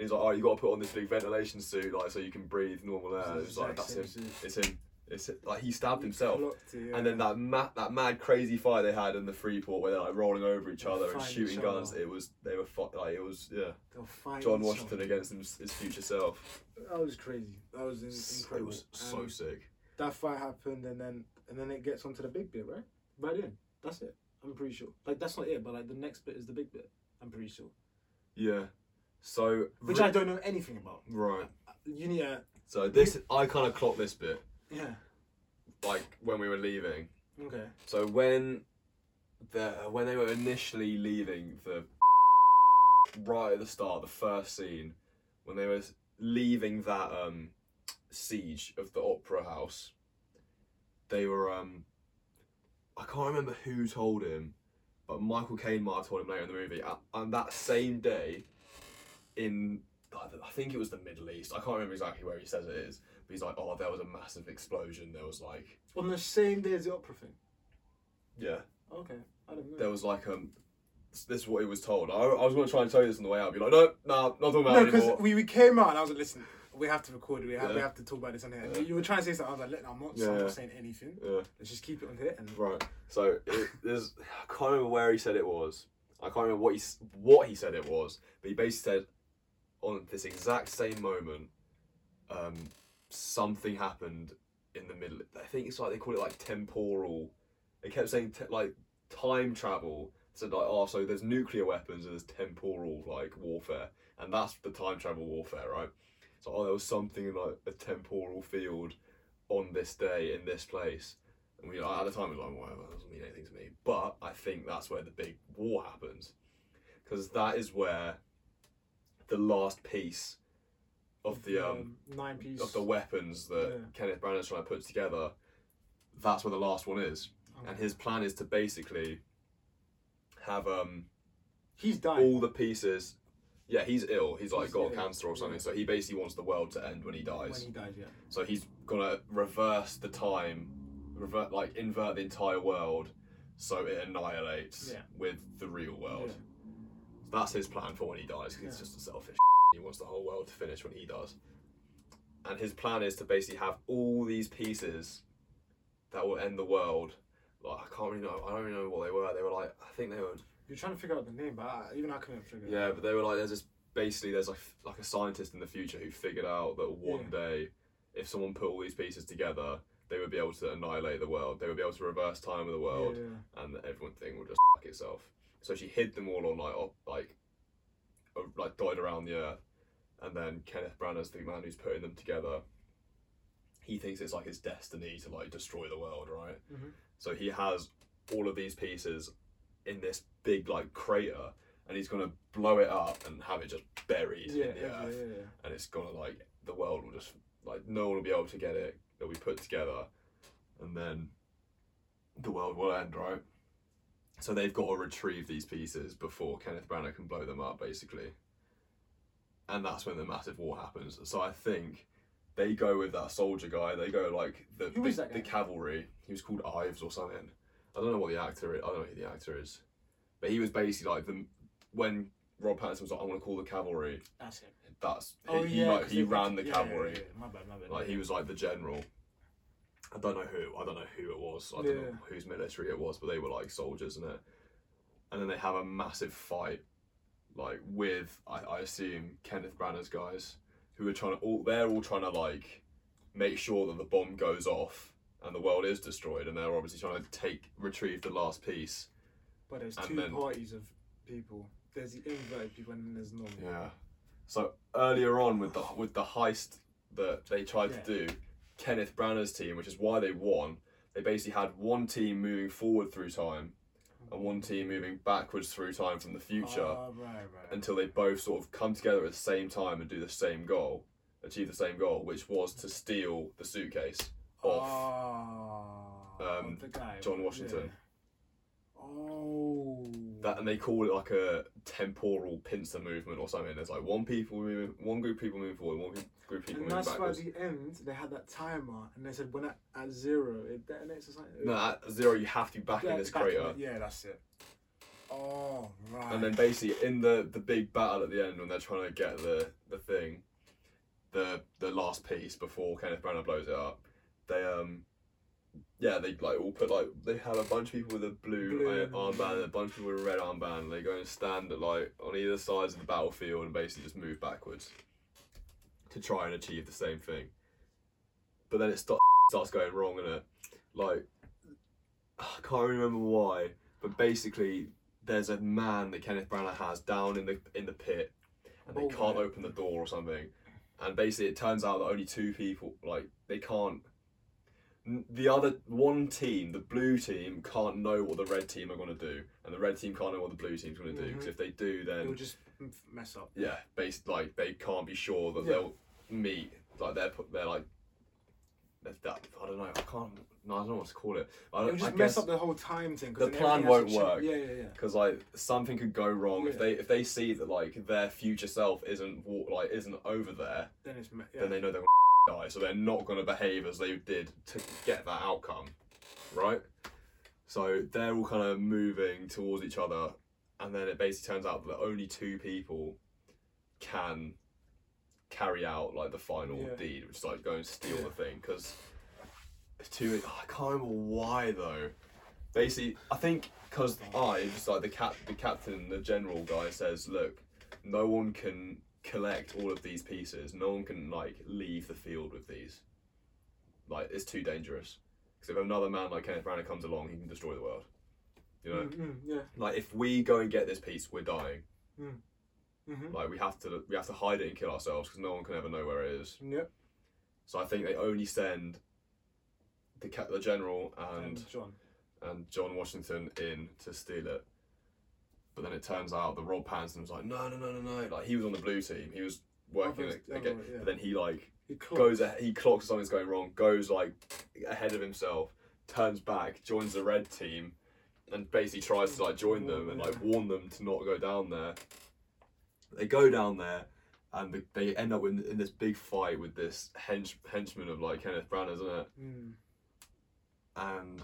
[SPEAKER 1] he's like alright you got to put on this big ventilation suit like so you can breathe normal air
[SPEAKER 2] This
[SPEAKER 1] it's
[SPEAKER 2] is
[SPEAKER 1] like
[SPEAKER 2] exact
[SPEAKER 1] that's him
[SPEAKER 2] same shit.
[SPEAKER 1] it's him it's him. like he stabbed himself
[SPEAKER 2] Clocked it, yeah.
[SPEAKER 1] and then that mad, that mad crazy fight they had in the Freeport where they're like rolling over each
[SPEAKER 2] They're
[SPEAKER 1] other and
[SPEAKER 2] fighting
[SPEAKER 1] shooting
[SPEAKER 2] each other.
[SPEAKER 1] guns. It was they were fu- like it was yeah.
[SPEAKER 2] They're fighting
[SPEAKER 1] John
[SPEAKER 2] themselves.
[SPEAKER 1] Washington against him, his future self.
[SPEAKER 2] That was crazy. That was in-
[SPEAKER 1] It
[SPEAKER 2] incredible. Um,
[SPEAKER 1] was so
[SPEAKER 2] And
[SPEAKER 1] sick.
[SPEAKER 2] that fight happened, and then and then it gets onto the big bit, right? Right in. That's it. I'm pretty sure. Like that's not it, but like the next bit is the big bit. I'm pretty sure.
[SPEAKER 1] Yeah. So
[SPEAKER 2] Which
[SPEAKER 1] re-
[SPEAKER 2] I don't know anything about.
[SPEAKER 1] right.
[SPEAKER 2] You need a
[SPEAKER 1] So this I kind of clocked this bit
[SPEAKER 2] uh, yeah.
[SPEAKER 1] like when we were leaving.
[SPEAKER 2] Okay.
[SPEAKER 1] So when the when they were initially leaving the right at the start, the first scene when they were leaving that um siege of the opera house, they were um I can't remember who told him, but Michael Caine might have told him later in the movie. a- And that same day, in I th- I think it was the Middle East. I can't remember exactly where he says it is, but he's like, "Oh, there was a massive explosion. There was like,
[SPEAKER 2] On the same day as the opera thing.
[SPEAKER 1] yeah,
[SPEAKER 2] Okay. I don't know.
[SPEAKER 1] there was like um this is what he was told. I, I was gonna try and tell you this on the way out. Be like, no, no, not talking about
[SPEAKER 2] No,
[SPEAKER 1] it anymore.
[SPEAKER 2] because we, we came out and I was like, listen, we have to record it. We have, we
[SPEAKER 1] Yeah.
[SPEAKER 2] have to talk about this on here. And
[SPEAKER 1] Yeah.
[SPEAKER 2] You were trying to say something. I was like, I'm not, I'm
[SPEAKER 1] Yeah.
[SPEAKER 2] not saying anything.
[SPEAKER 1] Yeah,
[SPEAKER 2] Let's just keep it on here. And
[SPEAKER 1] right. So it, there's I can't remember where he said it was. I can't remember what he s- what he said it was, but he basically said on this exact same moment, um, something happened in the middle. I think it's like they call it like temporal. They kept saying te- like time travel. Said like, oh, so there's nuclear weapons and there's temporal like warfare, and that's the time travel warfare, right? So oh, there was something in like a temporal field on this day in this place, and we like, at the time we were like, whatever, that doesn't mean anything to me. But I think that's where the big war happens, because that is where the last piece of the um
[SPEAKER 2] nine piece.
[SPEAKER 1] of the weapons that
[SPEAKER 2] Yeah.
[SPEAKER 1] Kenneth Branagh's trying to put together, that's where the last one is.
[SPEAKER 2] Okay.
[SPEAKER 1] And his plan is to basically have um
[SPEAKER 2] He's dying.
[SPEAKER 1] all the pieces. Yeah, he's ill. He's like
[SPEAKER 2] He's
[SPEAKER 1] got
[SPEAKER 2] ill,
[SPEAKER 1] cancer or something.
[SPEAKER 2] yeah.
[SPEAKER 1] So he basically wants the world to end when he dies.
[SPEAKER 2] When he dies, yeah.
[SPEAKER 1] So he's gonna reverse the time, revert like invert the entire world, so it annihilates
[SPEAKER 2] Yeah.
[SPEAKER 1] with the real world.
[SPEAKER 2] Yeah.
[SPEAKER 1] That's his plan for when he dies. 'cause He's
[SPEAKER 2] Yeah.
[SPEAKER 1] just a selfish. He wants the whole world to finish when he does. And his plan is to basically have all these pieces that will end the world. Like I can't really know. I don't really know what they were. They were like I think they were
[SPEAKER 2] You're trying to figure out the name, but I, even I couldn't figure it out.
[SPEAKER 1] yeah, but they were like, there's this basically there's like like a scientist in the future who figured out that one
[SPEAKER 2] Yeah.
[SPEAKER 1] day, if someone put all these pieces together, they would be able to annihilate the world. They would be able to reverse time of the world,
[SPEAKER 2] Yeah, yeah.
[SPEAKER 1] and everyone thing would just fuck itself. So she hid them all on like op- like uh, like died around the earth, and then Kenneth Branagh's the man who's putting them together. He thinks it's like his destiny to like destroy the world, right?
[SPEAKER 2] Mhm.
[SPEAKER 1] So he has all of these pieces in this big like crater, and he's gonna blow it up and have it just buried
[SPEAKER 2] Yeah,
[SPEAKER 1] in the
[SPEAKER 2] yeah,
[SPEAKER 1] earth,
[SPEAKER 2] yeah, yeah.
[SPEAKER 1] and it's gonna like the world will just like no one will be able to get it. They'll be put together, and then the world will end, right? So they've got to retrieve these pieces before Kenneth Branagh can blow them up, basically. And that's when the massive war happens. So I think they go with that soldier guy. They go like the
[SPEAKER 2] Who
[SPEAKER 1] the,
[SPEAKER 2] is that
[SPEAKER 1] the
[SPEAKER 2] guy?
[SPEAKER 1] cavalry. He was called Ives or something. I don't know what the actor. Is. I don't know who the actor is, but he was basically like the when Rob Pattinson was like, "I'm going to call the cavalry."
[SPEAKER 2] That's it.
[SPEAKER 1] That's he,
[SPEAKER 2] Oh,
[SPEAKER 1] he,
[SPEAKER 2] yeah,
[SPEAKER 1] like,
[SPEAKER 2] 'cause
[SPEAKER 1] he
[SPEAKER 2] they-
[SPEAKER 1] ran the
[SPEAKER 2] yeah, yeah,
[SPEAKER 1] cavalry.
[SPEAKER 2] yeah, yeah. My bad, my bad.
[SPEAKER 1] Like he was like the general. I don't know who. I don't know who it was. I don't know
[SPEAKER 2] Yeah.
[SPEAKER 1] whose military it was, but they were like soldiers in it. And then they have a massive fight, like with I, I assume Kenneth Branagh's guys, who are trying to all they're all trying to like make sure that the bomb goes off and the world is destroyed, and they're obviously trying to take retrieve the last piece.
[SPEAKER 2] But there's
[SPEAKER 1] and
[SPEAKER 2] two
[SPEAKER 1] then-
[SPEAKER 2] parties of people. There's the inverted people and then there's normal.
[SPEAKER 1] Yeah. So earlier on with the with the heist that they tried
[SPEAKER 2] Yeah.
[SPEAKER 1] to do, Kenneth Branagh's team, which is why they won, they basically had one team moving forward through time and one team moving backwards through time from the future
[SPEAKER 2] Ah, right, right.
[SPEAKER 1] until they both sort of come together at the same time and do the same goal, achieve the same goal, which was to steal the suitcase off
[SPEAKER 2] Ah,
[SPEAKER 1] um,
[SPEAKER 2] the guy.
[SPEAKER 1] John Washington.
[SPEAKER 2] Yeah. Oh.
[SPEAKER 1] That and they call it like a temporal pincer movement or something. There's like one people moving, one group of people moving forward, one group of people
[SPEAKER 2] and
[SPEAKER 1] moving
[SPEAKER 2] that's why at
[SPEAKER 1] backwards.
[SPEAKER 2] the end they had that timer and they said when at, at zero it detonates or something.
[SPEAKER 1] No, at zero you have to be back
[SPEAKER 2] Yeah,
[SPEAKER 1] in this
[SPEAKER 2] back
[SPEAKER 1] crater.
[SPEAKER 2] it. Yeah, that's it. Oh right.
[SPEAKER 1] And then basically in the the big battle at the end when they're trying to get the the thing, the the last piece before Kenneth Branagh blows it up, they um yeah they like all put like they have a bunch of people with a blue,
[SPEAKER 2] Blue.
[SPEAKER 1] uh, armband and a bunch of people with a red armband. They go and stand at like on either sides of the battlefield and basically just move backwards to try and achieve the same thing. But then it starts starts going wrong and it like I can't remember why, but basically there's a man that Kenneth Branagh has down in the in the pit, and they
[SPEAKER 2] Oh,
[SPEAKER 1] can't
[SPEAKER 2] right.
[SPEAKER 1] open the door or something. And basically, it turns out that only two people like they can't. n- The other one team, the blue team, can't know what the red team are going to do, and the red team can't know what the blue team's going to do. Because
[SPEAKER 2] Mhm.
[SPEAKER 1] if they do, then
[SPEAKER 2] It'll just m- mess up.
[SPEAKER 1] yeah, based like they can't be sure that
[SPEAKER 2] Yeah.
[SPEAKER 1] they'll meet. Like they're put, they're like that. that- I don't know. I can't. No, I don't know what to call it. I,
[SPEAKER 2] It'll
[SPEAKER 1] don't- I
[SPEAKER 2] just mess
[SPEAKER 1] guess
[SPEAKER 2] up the whole time thing. 'cause
[SPEAKER 1] the
[SPEAKER 2] then
[SPEAKER 1] plan
[SPEAKER 2] everything has to
[SPEAKER 1] won't
[SPEAKER 2] change. Yeah, yeah, yeah.
[SPEAKER 1] because like something could go wrong if
[SPEAKER 2] Yeah.
[SPEAKER 1] they if they see that like their future self isn't wa- like isn't over there,
[SPEAKER 2] Then it's me- yeah.
[SPEAKER 1] then they know they're gonna die. So they're not gonna behave as they did to get that outcome, right? So they're all kind of moving towards each other, and then it basically turns out that only two people can carry out like the final
[SPEAKER 2] Yeah.
[SPEAKER 1] deed, which is like go and steal
[SPEAKER 2] Yeah.
[SPEAKER 1] the thing. Because two, I can't remember why though. Basically, I think because Ives, like the cap, the captain, the general guy, says, "Look, no one can collect all of these pieces. No one can like leave the field with these. Like it's too dangerous. Because if another man like Kenneth Branagh comes along, he can destroy the world. You know,
[SPEAKER 2] Mm, mm, yeah.
[SPEAKER 1] like if we go and get this piece, we're dying.
[SPEAKER 2] Mm-hmm.
[SPEAKER 1] Like we have to, we have to hide it and kill ourselves because no one can ever know where it is.
[SPEAKER 2] Yep.
[SPEAKER 1] So I think they only send the ca- the general and
[SPEAKER 2] And John.
[SPEAKER 1] and um, John Washington in to steal it. But then it turns out that Rob Pattinson was like, no, no, no, no, no. Like he was on the blue team. He was working
[SPEAKER 2] Others-
[SPEAKER 1] again.
[SPEAKER 2] oh, yeah.
[SPEAKER 1] But then he like
[SPEAKER 2] He clocked.
[SPEAKER 1] goes ahe- he clocks something's going wrong goes like ahead of himself turns back joins the red team and basically tries to like join them and like warn them to not go down there they go down there and the- they end up in, in this big fight with this hench, henchman of like Kenneth Branagh isn't it
[SPEAKER 2] Mm.
[SPEAKER 1] and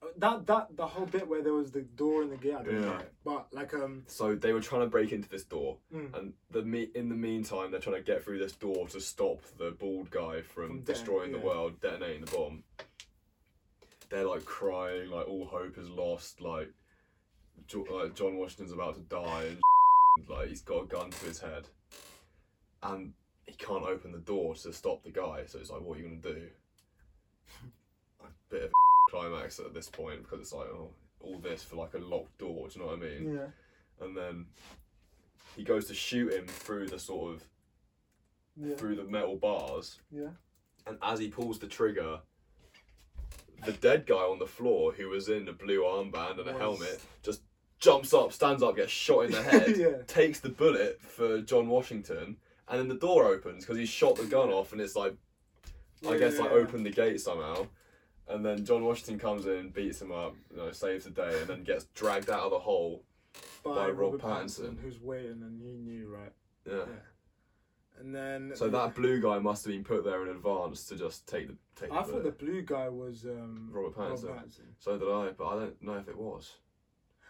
[SPEAKER 2] Uh, That that the whole bit where there was the door and the gate. I didn't
[SPEAKER 1] Yeah.
[SPEAKER 2] get it. But like um.
[SPEAKER 1] so they were trying to break into this door
[SPEAKER 2] mm,
[SPEAKER 1] and the me- in the meantime they're trying to get through this door to stop the bald guy from,
[SPEAKER 2] From de-
[SPEAKER 1] destroying
[SPEAKER 2] yeah.
[SPEAKER 1] the world detonating the bomb they're like crying like all hope is lost like, jo- like john washington's about to die and like he's got a gun to his head and he can't open the door to stop the guy so it's like what are you going to do a bit of a climax at this point because it's like oh all this for like a locked door do you know what i mean
[SPEAKER 3] Yeah.
[SPEAKER 1] and then he goes to shoot him through the sort of
[SPEAKER 3] Yeah.
[SPEAKER 1] through the metal bars
[SPEAKER 3] Yeah.
[SPEAKER 1] and as he pulls the trigger the dead guy on the floor who was in a blue armband and a
[SPEAKER 2] Was-
[SPEAKER 1] helmet just jumps up stands up gets shot in the head
[SPEAKER 2] yeah.
[SPEAKER 1] takes the bullet for john washington and then the door opens because he's shot the gun off and it's like i
[SPEAKER 2] Yeah,
[SPEAKER 1] guess
[SPEAKER 2] yeah,
[SPEAKER 1] like
[SPEAKER 2] yeah.
[SPEAKER 1] opened the gate somehow and then john washington comes in beats him up you know saves the day and then gets dragged out of the hole
[SPEAKER 2] by,
[SPEAKER 1] by Rob
[SPEAKER 2] Robert Pattinson,
[SPEAKER 1] Pattinson.
[SPEAKER 2] who's waiting, and he knew right.
[SPEAKER 1] yeah.
[SPEAKER 2] And then
[SPEAKER 1] So that blue guy must have been put there in advance to just take the take. the
[SPEAKER 2] I thought the
[SPEAKER 1] bullet.
[SPEAKER 2] blue guy was um,
[SPEAKER 1] Robert Pattinson.
[SPEAKER 2] Robert Pattinson.
[SPEAKER 1] So did I, but I don't know if it was.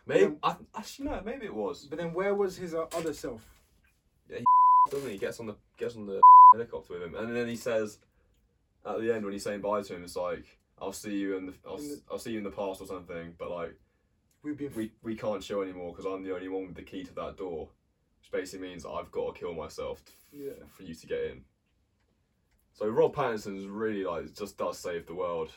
[SPEAKER 1] Maybe
[SPEAKER 2] Yeah.
[SPEAKER 1] I actually no, maybe it was.
[SPEAKER 2] But then where was his uh, other self?
[SPEAKER 1] Suddenly he gets on the gets on the helicopter with him, and then he says at the end when he's saying bye to him, it's like I'll see you in the I'll,
[SPEAKER 2] In
[SPEAKER 1] s will see you in the past or something, but like
[SPEAKER 2] We've been
[SPEAKER 1] we we can't show anymore because I'm the only one with the key to that door, which basically means I've got to kill myself to,
[SPEAKER 2] Yeah.
[SPEAKER 1] for you to get in. So Rob Pattinson's really like just does save the world.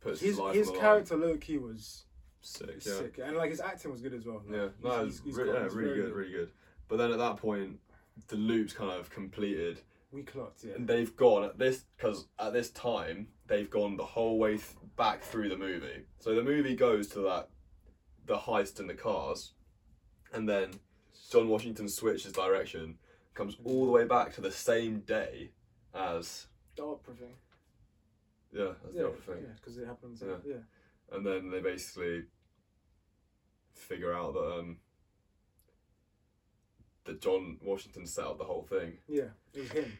[SPEAKER 1] Puts his,
[SPEAKER 2] his
[SPEAKER 1] life
[SPEAKER 2] his
[SPEAKER 1] on the line.
[SPEAKER 2] character low key was
[SPEAKER 1] Sick, yeah.
[SPEAKER 2] sick, and like his acting was good as well.
[SPEAKER 1] Yeah,
[SPEAKER 2] He's-
[SPEAKER 1] no,
[SPEAKER 2] he's-
[SPEAKER 1] it's
[SPEAKER 2] he's
[SPEAKER 1] re-
[SPEAKER 2] got-
[SPEAKER 1] yeah,
[SPEAKER 2] he's
[SPEAKER 1] really
[SPEAKER 2] very
[SPEAKER 1] good,
[SPEAKER 2] good.
[SPEAKER 1] really good. But then at that point, the loop's kind of completed,
[SPEAKER 2] We clocked, yeah.
[SPEAKER 1] and they've gone at this because at this time they've gone the whole way th- back through the movie. So the movie goes to that, the heist and the cars, and then John Washington switches direction, comes all the way back to the same day as
[SPEAKER 2] The opera thing.
[SPEAKER 1] yeah, as the
[SPEAKER 2] yeah,
[SPEAKER 1] other thing.
[SPEAKER 2] because it happens. Yeah.
[SPEAKER 1] Yeah. and then they basically figure out that um that John Washington set up the whole thing.
[SPEAKER 2] yeah, it was him.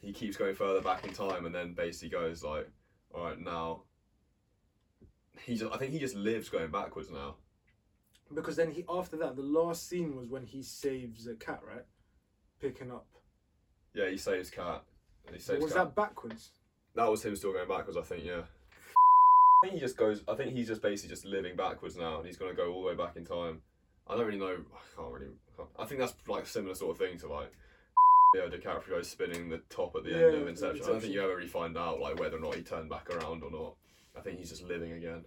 [SPEAKER 1] He keeps going further back in time, and then basically goes like, "All right, now." He just, I think he just lives going backwards now.
[SPEAKER 2] Because then he after that, the last scene was when he saves a cat, right? Picking up.
[SPEAKER 1] Yeah, he saves Cat. He saves
[SPEAKER 2] was
[SPEAKER 1] Cat.
[SPEAKER 2] that backwards?
[SPEAKER 1] That-, was him still going backwards, I think. Yeah. I think he just goes. I think he's just basically just living backwards now, and he's gonna go all the way back in time. I don't really know. I can't really. I think that's like similar sort of thing to like Leo DiCaprio spinning the top at the end
[SPEAKER 2] Yeah,
[SPEAKER 1] of Inception. I don't think
[SPEAKER 2] Inception.
[SPEAKER 1] you ever really find out like whether or not he turned back around or not. I think he's just living again.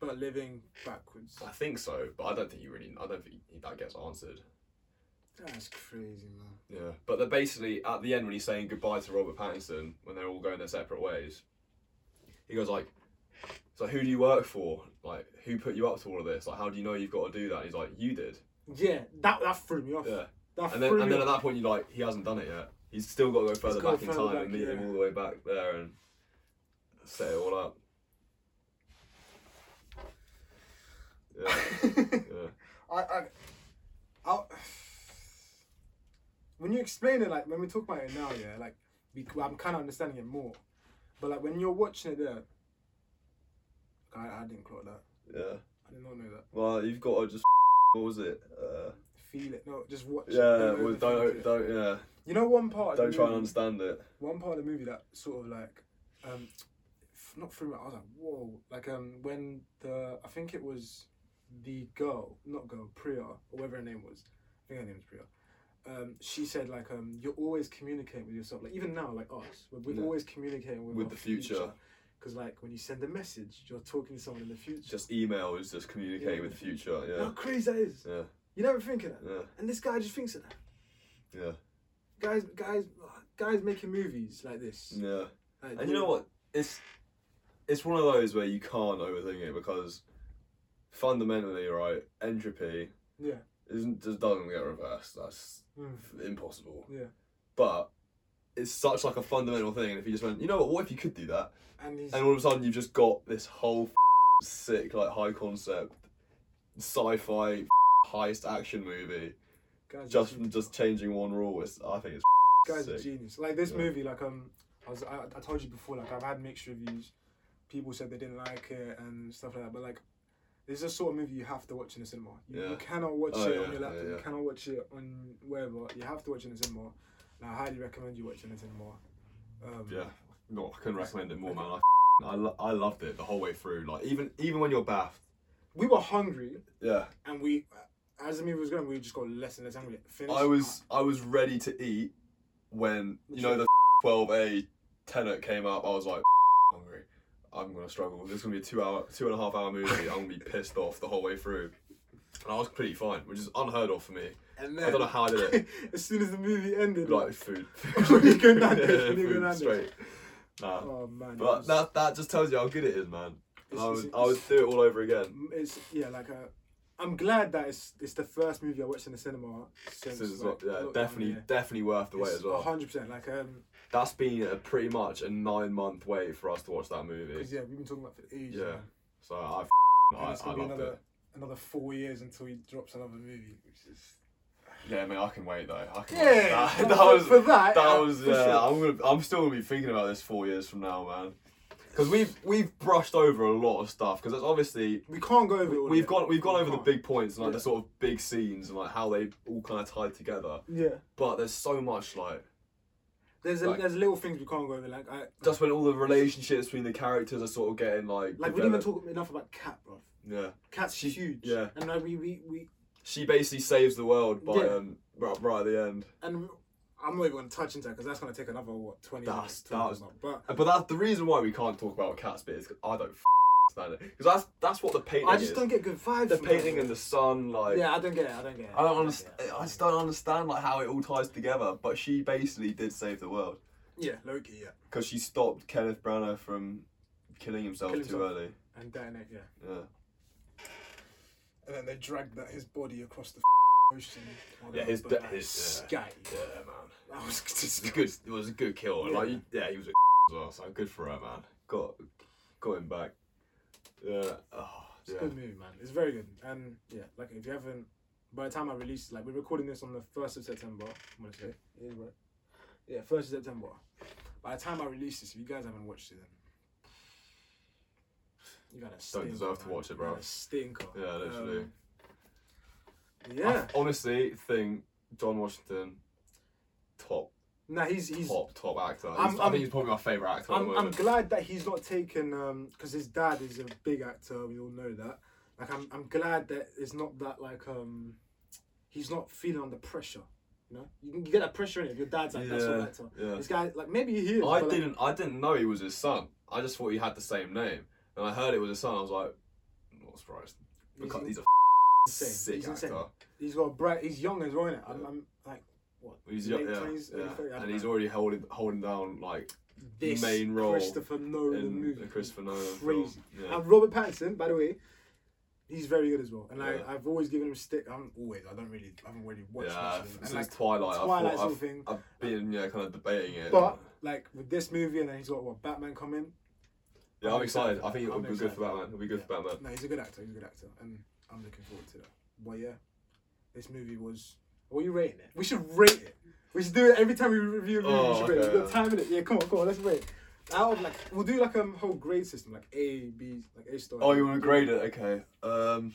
[SPEAKER 2] but living backwards.
[SPEAKER 1] I think so, but I don't think you really. I don't think that gets answered.
[SPEAKER 2] That's crazy, man.
[SPEAKER 1] Yeah, but they're basically at the end when he's saying goodbye to Robert Pattinson when they're all going their separate ways. He goes like, "It's like who do you work for? Like who put you up to all of this? Like how do you know you've got to do that?" And he's like, "You did."
[SPEAKER 2] Yeah, that that threw me off.
[SPEAKER 1] Yeah, and
[SPEAKER 2] That threw
[SPEAKER 1] then and
[SPEAKER 2] me
[SPEAKER 1] then at
[SPEAKER 2] off.
[SPEAKER 1] that point you're like, he hasn't done it yet. He's still got to go further
[SPEAKER 2] gotta
[SPEAKER 1] back in
[SPEAKER 2] further
[SPEAKER 1] time and
[SPEAKER 2] back,
[SPEAKER 1] meet him
[SPEAKER 2] yeah.
[SPEAKER 1] all the way back there and set it all up. Yeah, yeah.
[SPEAKER 3] I, I
[SPEAKER 2] I'll- when you explain it, like when we talk about it now, yeah, like we, I'm kind of understanding it more. But like when you're watching it there, I, I didn't clock that.
[SPEAKER 1] Yeah.
[SPEAKER 2] I did not know that.
[SPEAKER 1] Well, you've got to just. What was it? Uh,
[SPEAKER 2] Feel it. No, just watch. it.
[SPEAKER 1] yeah.
[SPEAKER 2] Don't
[SPEAKER 1] Well,
[SPEAKER 2] overthink
[SPEAKER 1] don't
[SPEAKER 2] it.
[SPEAKER 1] don't yeah.
[SPEAKER 2] You know one part. of the
[SPEAKER 1] Don't try and
[SPEAKER 2] movie-
[SPEAKER 1] understand it.
[SPEAKER 2] one part of the movie that sort of like um f- not threw me I was like whoa like um when the I think it was the girl not girl Priya or whatever her name was I think her name was Priya um she said like um you're always communicating with yourself like even now like us we're, we're
[SPEAKER 1] Yeah.
[SPEAKER 2] always communicating with,
[SPEAKER 1] With
[SPEAKER 2] our
[SPEAKER 1] the future.
[SPEAKER 2] because like when you send a message you're talking to someone in the future
[SPEAKER 1] Just email is just communicating
[SPEAKER 2] Yeah.
[SPEAKER 1] with the future.
[SPEAKER 2] how
[SPEAKER 1] Yeah.
[SPEAKER 2] crazy that is
[SPEAKER 1] Yeah.
[SPEAKER 2] you never think of that
[SPEAKER 1] Yeah.
[SPEAKER 2] and this guy just thinks of that
[SPEAKER 1] Yeah.
[SPEAKER 2] guys guys guys making movies like this
[SPEAKER 1] Yeah.
[SPEAKER 2] Like,
[SPEAKER 1] And you know what? It's it's one of those where you can't overthink it because fundamentally, right, entropy
[SPEAKER 2] yeah
[SPEAKER 1] isn't just doesn't get reversed. That's
[SPEAKER 2] Mm.
[SPEAKER 1] impossible.
[SPEAKER 2] Yeah.
[SPEAKER 1] But it's such like a fundamental thing, and if you just went, you know what? What if you could do that?
[SPEAKER 2] and he's
[SPEAKER 1] And all of a sudden, you've just got this whole sick, like high concept, sci-fi heist action movie
[SPEAKER 2] guys
[SPEAKER 1] just
[SPEAKER 2] making-
[SPEAKER 1] just changing one rule is I think it's
[SPEAKER 2] guy's a
[SPEAKER 1] sick.
[SPEAKER 2] genius. Like this
[SPEAKER 1] Yeah.
[SPEAKER 2] movie, like um, I was I, I told you before, like I've had mixed reviews. People said they didn't like it and stuff like that. But like, this is a sort of movie you have to watch in the cinema. You, you
[SPEAKER 1] Yeah.
[SPEAKER 2] cannot watch
[SPEAKER 1] Oh,
[SPEAKER 2] it
[SPEAKER 1] yeah,
[SPEAKER 2] on your
[SPEAKER 1] yeah,
[SPEAKER 2] laptop.
[SPEAKER 1] yeah.
[SPEAKER 2] You cannot watch it on wherever. You have to watch it in the cinema. And I highly recommend you watch it in the cinema. Um,
[SPEAKER 1] Yeah. No, I couldn't recommend it more, man. I I, lo- I loved it the whole way through. Like even even when you're baffed.
[SPEAKER 2] We were hungry,
[SPEAKER 1] Yeah,
[SPEAKER 2] and we, as the movie was going, we just got less and less hungry. Finished,
[SPEAKER 1] I was I was ready to eat when you know the twelve A tenant came up. I was like hungry. I'm gonna struggle. This is gonna be a two hour, two and a half hour movie. I'm gonna be pissed off the whole way through. And I was completely fine, which is unheard of for me.
[SPEAKER 2] And
[SPEAKER 1] I don't know how I did it.
[SPEAKER 2] as soon as the movie ended,
[SPEAKER 1] Like food,
[SPEAKER 2] Nico Hernandez,
[SPEAKER 1] Yeah,
[SPEAKER 2] Nico
[SPEAKER 1] food
[SPEAKER 2] Hernandez.
[SPEAKER 1] straight. Nah,
[SPEAKER 2] oh man, it
[SPEAKER 1] but
[SPEAKER 2] was-
[SPEAKER 1] that that just tells you how good it is, man.
[SPEAKER 2] it's-
[SPEAKER 1] I
[SPEAKER 2] it's-
[SPEAKER 1] would, I would do it all over again.
[SPEAKER 2] it's yeah like i I'm glad that it's it's the first movie I watched in the cinema since,
[SPEAKER 1] This is what-
[SPEAKER 2] like,
[SPEAKER 1] yeah,
[SPEAKER 2] lockdown,
[SPEAKER 1] definitely, definitely worth the
[SPEAKER 2] yeah.
[SPEAKER 1] wait as well.
[SPEAKER 2] hundred percent. Like um,
[SPEAKER 1] That's been a pretty much a nine month wait for us to watch that movie.
[SPEAKER 2] because yeah, we've been talking about it for ages.
[SPEAKER 1] Yeah,
[SPEAKER 2] man.
[SPEAKER 1] So I, f-
[SPEAKER 2] And
[SPEAKER 1] I,
[SPEAKER 2] it's
[SPEAKER 1] I
[SPEAKER 2] gonna be
[SPEAKER 1] loved
[SPEAKER 2] another
[SPEAKER 1] it.
[SPEAKER 2] another four years until he drops another movie, which is
[SPEAKER 1] Yeah, mate, I can wait though. I can wait.
[SPEAKER 2] yeah.
[SPEAKER 1] That, that
[SPEAKER 2] for-
[SPEAKER 1] was
[SPEAKER 2] for that.
[SPEAKER 1] that
[SPEAKER 2] uh,
[SPEAKER 1] was
[SPEAKER 2] for
[SPEAKER 1] yeah.
[SPEAKER 2] sure.
[SPEAKER 1] I'm gonna, I'm still gonna be thinking about this four years from now, man. Because we've we've brushed over a lot of stuff. Because that's obviously.
[SPEAKER 2] We can't go over. It all
[SPEAKER 1] We've
[SPEAKER 2] yet.
[SPEAKER 1] gone, we've gone
[SPEAKER 2] We
[SPEAKER 1] over the
[SPEAKER 2] can't.
[SPEAKER 1] big points and like
[SPEAKER 2] Yeah.
[SPEAKER 1] the sort of big scenes and like how they all kind of tied together.
[SPEAKER 2] Yeah,
[SPEAKER 1] But there's so much like
[SPEAKER 2] there's a,
[SPEAKER 1] Like-
[SPEAKER 2] there's little things we can't go over. Like I
[SPEAKER 1] just when all the relationships between the characters are sort of getting like
[SPEAKER 2] like we didn't even
[SPEAKER 1] developed.
[SPEAKER 2] talk enough about Cat, bro.
[SPEAKER 1] yeah
[SPEAKER 2] Cat's
[SPEAKER 1] She-
[SPEAKER 2] huge.
[SPEAKER 1] yeah.
[SPEAKER 2] and like, we we we
[SPEAKER 1] she basically saves the world by
[SPEAKER 2] Yeah.
[SPEAKER 1] um right, right at the end
[SPEAKER 2] and. I'm not even gonna touch into that because that's gonna take another what twenty
[SPEAKER 1] That's-
[SPEAKER 2] minutes. 20
[SPEAKER 1] that was-
[SPEAKER 2] minutes, but
[SPEAKER 1] Uh, but that's the reason why we can't talk about cat's bit is 'cause i don't f- understand it because that's that's what the painting
[SPEAKER 2] I just
[SPEAKER 1] is.
[SPEAKER 2] don't get good vibes.
[SPEAKER 1] the
[SPEAKER 2] from
[SPEAKER 1] painting
[SPEAKER 2] that.
[SPEAKER 1] and the sun like
[SPEAKER 2] yeah, I don't get it. I don't get it.
[SPEAKER 1] i don't
[SPEAKER 2] get
[SPEAKER 1] understand
[SPEAKER 2] it.
[SPEAKER 1] i just don't understand like how it all ties together but she basically did save the world
[SPEAKER 2] Yeah, Loki. Yeah,
[SPEAKER 1] because she stopped kenneth branagh from killing himself
[SPEAKER 2] Killing
[SPEAKER 1] too
[SPEAKER 2] himself.
[SPEAKER 1] early
[SPEAKER 2] and Daenerys. Yeah,
[SPEAKER 1] yeah
[SPEAKER 2] and then they dragged that his body across the ocean.
[SPEAKER 1] Yeah, his
[SPEAKER 2] But
[SPEAKER 1] de-
[SPEAKER 2] that
[SPEAKER 1] his- uh,
[SPEAKER 2] sky.
[SPEAKER 1] yeah man
[SPEAKER 2] That was
[SPEAKER 1] It was
[SPEAKER 2] just
[SPEAKER 1] a good. It was a good kill.
[SPEAKER 2] Yeah.
[SPEAKER 1] Like you- yeah, he was a as well. So good for her, man. Got got him back. Yeah. Oh,
[SPEAKER 2] It's a
[SPEAKER 1] yeah.
[SPEAKER 2] good movie, man. It's very good. And yeah, like if you haven't, by the time I release, like we're recording this on the first of September. I'm gonna say it is right. Yeah, first of September. By the time I release this, if you guys haven't watched it, then you gotta stinker,
[SPEAKER 1] deserve to
[SPEAKER 2] man.
[SPEAKER 1] watch it,
[SPEAKER 2] You
[SPEAKER 1] bro.
[SPEAKER 2] gotta Stinker.
[SPEAKER 1] Yeah, literally.
[SPEAKER 2] Um, yeah.
[SPEAKER 1] I honestly think John Washington, top,
[SPEAKER 2] Nah, he's he's.
[SPEAKER 1] top, top actor. He's-
[SPEAKER 2] I'm-
[SPEAKER 1] I
[SPEAKER 2] I'm-
[SPEAKER 1] think he's probably my favorite actor. at
[SPEAKER 2] I'm,
[SPEAKER 1] the
[SPEAKER 2] I'm
[SPEAKER 1] moment.
[SPEAKER 2] glad that he's not taken because his dad is a big actor. We all know that. Like I'm, I'm glad that it's not that like um, he's not feeling under pressure. You know, you can get that pressure in it. If your dad's like that sort of
[SPEAKER 1] Yeah,
[SPEAKER 2] actor.
[SPEAKER 1] yeah.
[SPEAKER 2] This guy, like maybe he is.
[SPEAKER 1] I
[SPEAKER 2] but, like,
[SPEAKER 1] didn't. I didn't know he was his son. I just thought he had the same name, and I heard it was his son. I was like, not surprised.
[SPEAKER 2] He's
[SPEAKER 1] Because
[SPEAKER 2] in-
[SPEAKER 1] he's a
[SPEAKER 2] insane.
[SPEAKER 1] sick
[SPEAKER 2] He's
[SPEAKER 1] actor.
[SPEAKER 2] insane. he's got a bright. He's young as well, is I'm,
[SPEAKER 1] Yeah.
[SPEAKER 2] I'm like what?
[SPEAKER 1] He's
[SPEAKER 2] late
[SPEAKER 1] young, yeah,
[SPEAKER 2] 20s, early
[SPEAKER 1] yeah.
[SPEAKER 2] 30s, I
[SPEAKER 1] and
[SPEAKER 2] don't
[SPEAKER 1] he's
[SPEAKER 2] know.
[SPEAKER 1] already holding holding down like
[SPEAKER 2] this
[SPEAKER 1] main role
[SPEAKER 2] Christopher Nolan
[SPEAKER 1] in
[SPEAKER 2] movie.
[SPEAKER 1] the Christopher Nolan
[SPEAKER 2] Crazy.
[SPEAKER 1] film. Yeah.
[SPEAKER 2] And Robert Pattinson, by the way, he's very good as well. And
[SPEAKER 1] Yeah.
[SPEAKER 2] I, I've always given him stick. I haven't always. I don't really. I haven't really watched much
[SPEAKER 1] Yeah,
[SPEAKER 2] of him.
[SPEAKER 1] since
[SPEAKER 2] And like,
[SPEAKER 1] Twilight,
[SPEAKER 2] Twilight
[SPEAKER 1] I thought,
[SPEAKER 2] sort
[SPEAKER 1] I've,
[SPEAKER 2] of thing.
[SPEAKER 1] I've been yeah kind of debating it.
[SPEAKER 2] But like with this movie, and then he's got what Batman coming.
[SPEAKER 1] yeah, I'm,
[SPEAKER 2] I'm
[SPEAKER 1] excited.
[SPEAKER 2] excited.
[SPEAKER 1] I think it'll
[SPEAKER 2] I'm
[SPEAKER 1] be good
[SPEAKER 2] excited.
[SPEAKER 1] for Batman. It'll be good for Batman.
[SPEAKER 2] No, he's a good actor. He's a good actor, and I'm looking forward to that. But yeah, this movie was. What are you rating it? We should rate it. We should do it every time we review a movie.
[SPEAKER 1] Oh,
[SPEAKER 2] we should rate it.
[SPEAKER 1] okay,
[SPEAKER 2] We've got time in it. Yeah, come on, come on, let's rate. it. Out of like, we'll do like a whole grade system, like A, B, like A star.
[SPEAKER 1] Oh, you want to grade it? Okay. Um,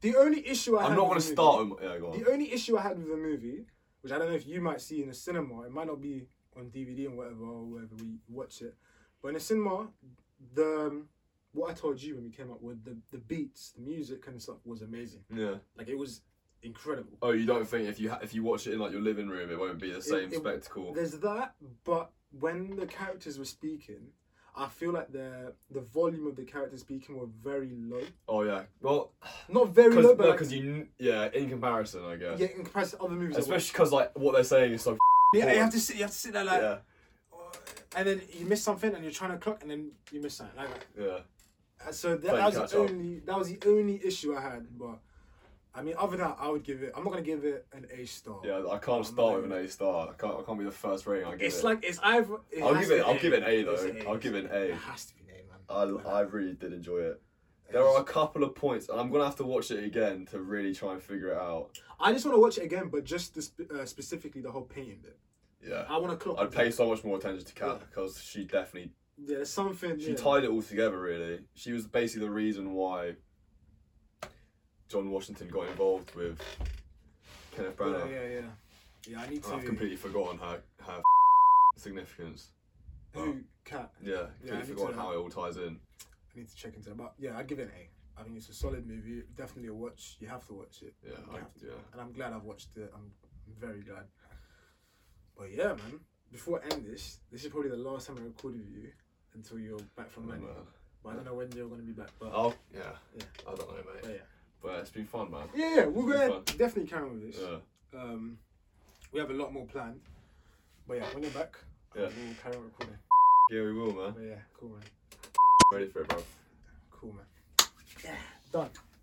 [SPEAKER 2] The only issue I
[SPEAKER 1] I'm
[SPEAKER 2] had
[SPEAKER 1] not
[SPEAKER 2] with
[SPEAKER 1] going
[SPEAKER 2] the
[SPEAKER 1] to start.
[SPEAKER 2] movie-
[SPEAKER 1] With, yeah, go on.
[SPEAKER 2] The only issue I had with the movie, which I don't know if you might see in the cinema, it might not be on DVD and whatever or wherever we watch it, but in the cinema, the um, what I told you when we came up with the the beats, the music and stuff was amazing.
[SPEAKER 1] Yeah.
[SPEAKER 2] Like it was incredible.
[SPEAKER 1] Oh, you don't think if you ha- if you watch it in like your living room, it won't be the same
[SPEAKER 2] it-
[SPEAKER 1] spectacle?
[SPEAKER 2] There's that, but when the characters were speaking, I feel like the the volume of the characters speaking were very low.
[SPEAKER 1] oh yeah. Well,
[SPEAKER 2] Not very
[SPEAKER 1] because
[SPEAKER 2] low, but like,
[SPEAKER 1] you kn- yeah, in comparison, I guess.
[SPEAKER 2] yeah, in comparison to other movies. I watched.
[SPEAKER 1] Especially because like what they're saying is so.
[SPEAKER 2] yeah, you have to sit, you have to sit there like.
[SPEAKER 1] yeah.
[SPEAKER 2] and then you miss something and you're trying to clock and then you miss something like that.
[SPEAKER 1] Yeah.
[SPEAKER 2] Uh, so that,
[SPEAKER 1] Playing
[SPEAKER 2] that was
[SPEAKER 1] catch
[SPEAKER 2] the
[SPEAKER 1] up.
[SPEAKER 2] only that was the only issue i had but i mean other than that i would give it i'm not gonna give it an a star
[SPEAKER 1] Yeah. I can't start with an A star. I can't. I can't be the first rating. I give
[SPEAKER 2] it's
[SPEAKER 1] it.
[SPEAKER 2] like it's either it
[SPEAKER 1] I'll
[SPEAKER 2] has
[SPEAKER 1] give it.
[SPEAKER 2] to be
[SPEAKER 1] I'll give it an A
[SPEAKER 2] It's
[SPEAKER 1] though.
[SPEAKER 2] an
[SPEAKER 1] i I'll give it an
[SPEAKER 2] it
[SPEAKER 1] A.
[SPEAKER 2] has to be an
[SPEAKER 1] I,
[SPEAKER 2] a man
[SPEAKER 1] I really did enjoy it. There are a couple of points, and I'm gonna have to watch it again to really try and figure it out.
[SPEAKER 2] i just want to watch it again but just the sp- uh, specifically the whole painting bit
[SPEAKER 1] Yeah,
[SPEAKER 2] i want to clock
[SPEAKER 1] I'd
[SPEAKER 2] it.
[SPEAKER 1] pay so much more attention to Kat
[SPEAKER 2] Yeah.
[SPEAKER 1] because she definitely
[SPEAKER 2] yeah there's something
[SPEAKER 1] she
[SPEAKER 2] yeah.
[SPEAKER 1] tied it all together. Really, she was basically the reason why John Washington got involved with Kenneth
[SPEAKER 2] yeah
[SPEAKER 1] Branagh.
[SPEAKER 2] yeah yeah yeah i need to
[SPEAKER 1] I've completely forgotten her her significance.
[SPEAKER 2] who cat
[SPEAKER 1] Yeah,
[SPEAKER 2] Yeah,
[SPEAKER 1] completely
[SPEAKER 2] I need to-
[SPEAKER 1] forgotten how it all ties in.
[SPEAKER 2] i need to check into that but yeah i'd give it an a i think it's a solid movie definitely a watch you have to watch it
[SPEAKER 1] Yeah,
[SPEAKER 2] You
[SPEAKER 1] I,
[SPEAKER 2] have to.
[SPEAKER 1] yeah.
[SPEAKER 2] and I'm glad I've watched it. I'm I'm very glad. But yeah, man. Before I end this, this is probably the last time I record with you until you're back from Manny.
[SPEAKER 1] Uh,
[SPEAKER 2] But I don't know when you're gonna be back. But
[SPEAKER 1] I'll, Oh, yeah,
[SPEAKER 2] Yeah.
[SPEAKER 1] I don't know, mate.
[SPEAKER 2] but yeah.
[SPEAKER 1] But it's been fun, man.
[SPEAKER 2] yeah, yeah, we're
[SPEAKER 1] It's
[SPEAKER 2] gonna
[SPEAKER 1] fun.
[SPEAKER 2] definitely carry on with this.
[SPEAKER 1] Yeah.
[SPEAKER 2] Um, we have a lot more planned. But yeah, when you're back,
[SPEAKER 1] Yeah.
[SPEAKER 2] we'll carry on recording.
[SPEAKER 1] Yeah, we will, man.
[SPEAKER 2] But yeah, cool man.
[SPEAKER 1] Ready for it, bro.
[SPEAKER 2] Cool man.
[SPEAKER 3] Done.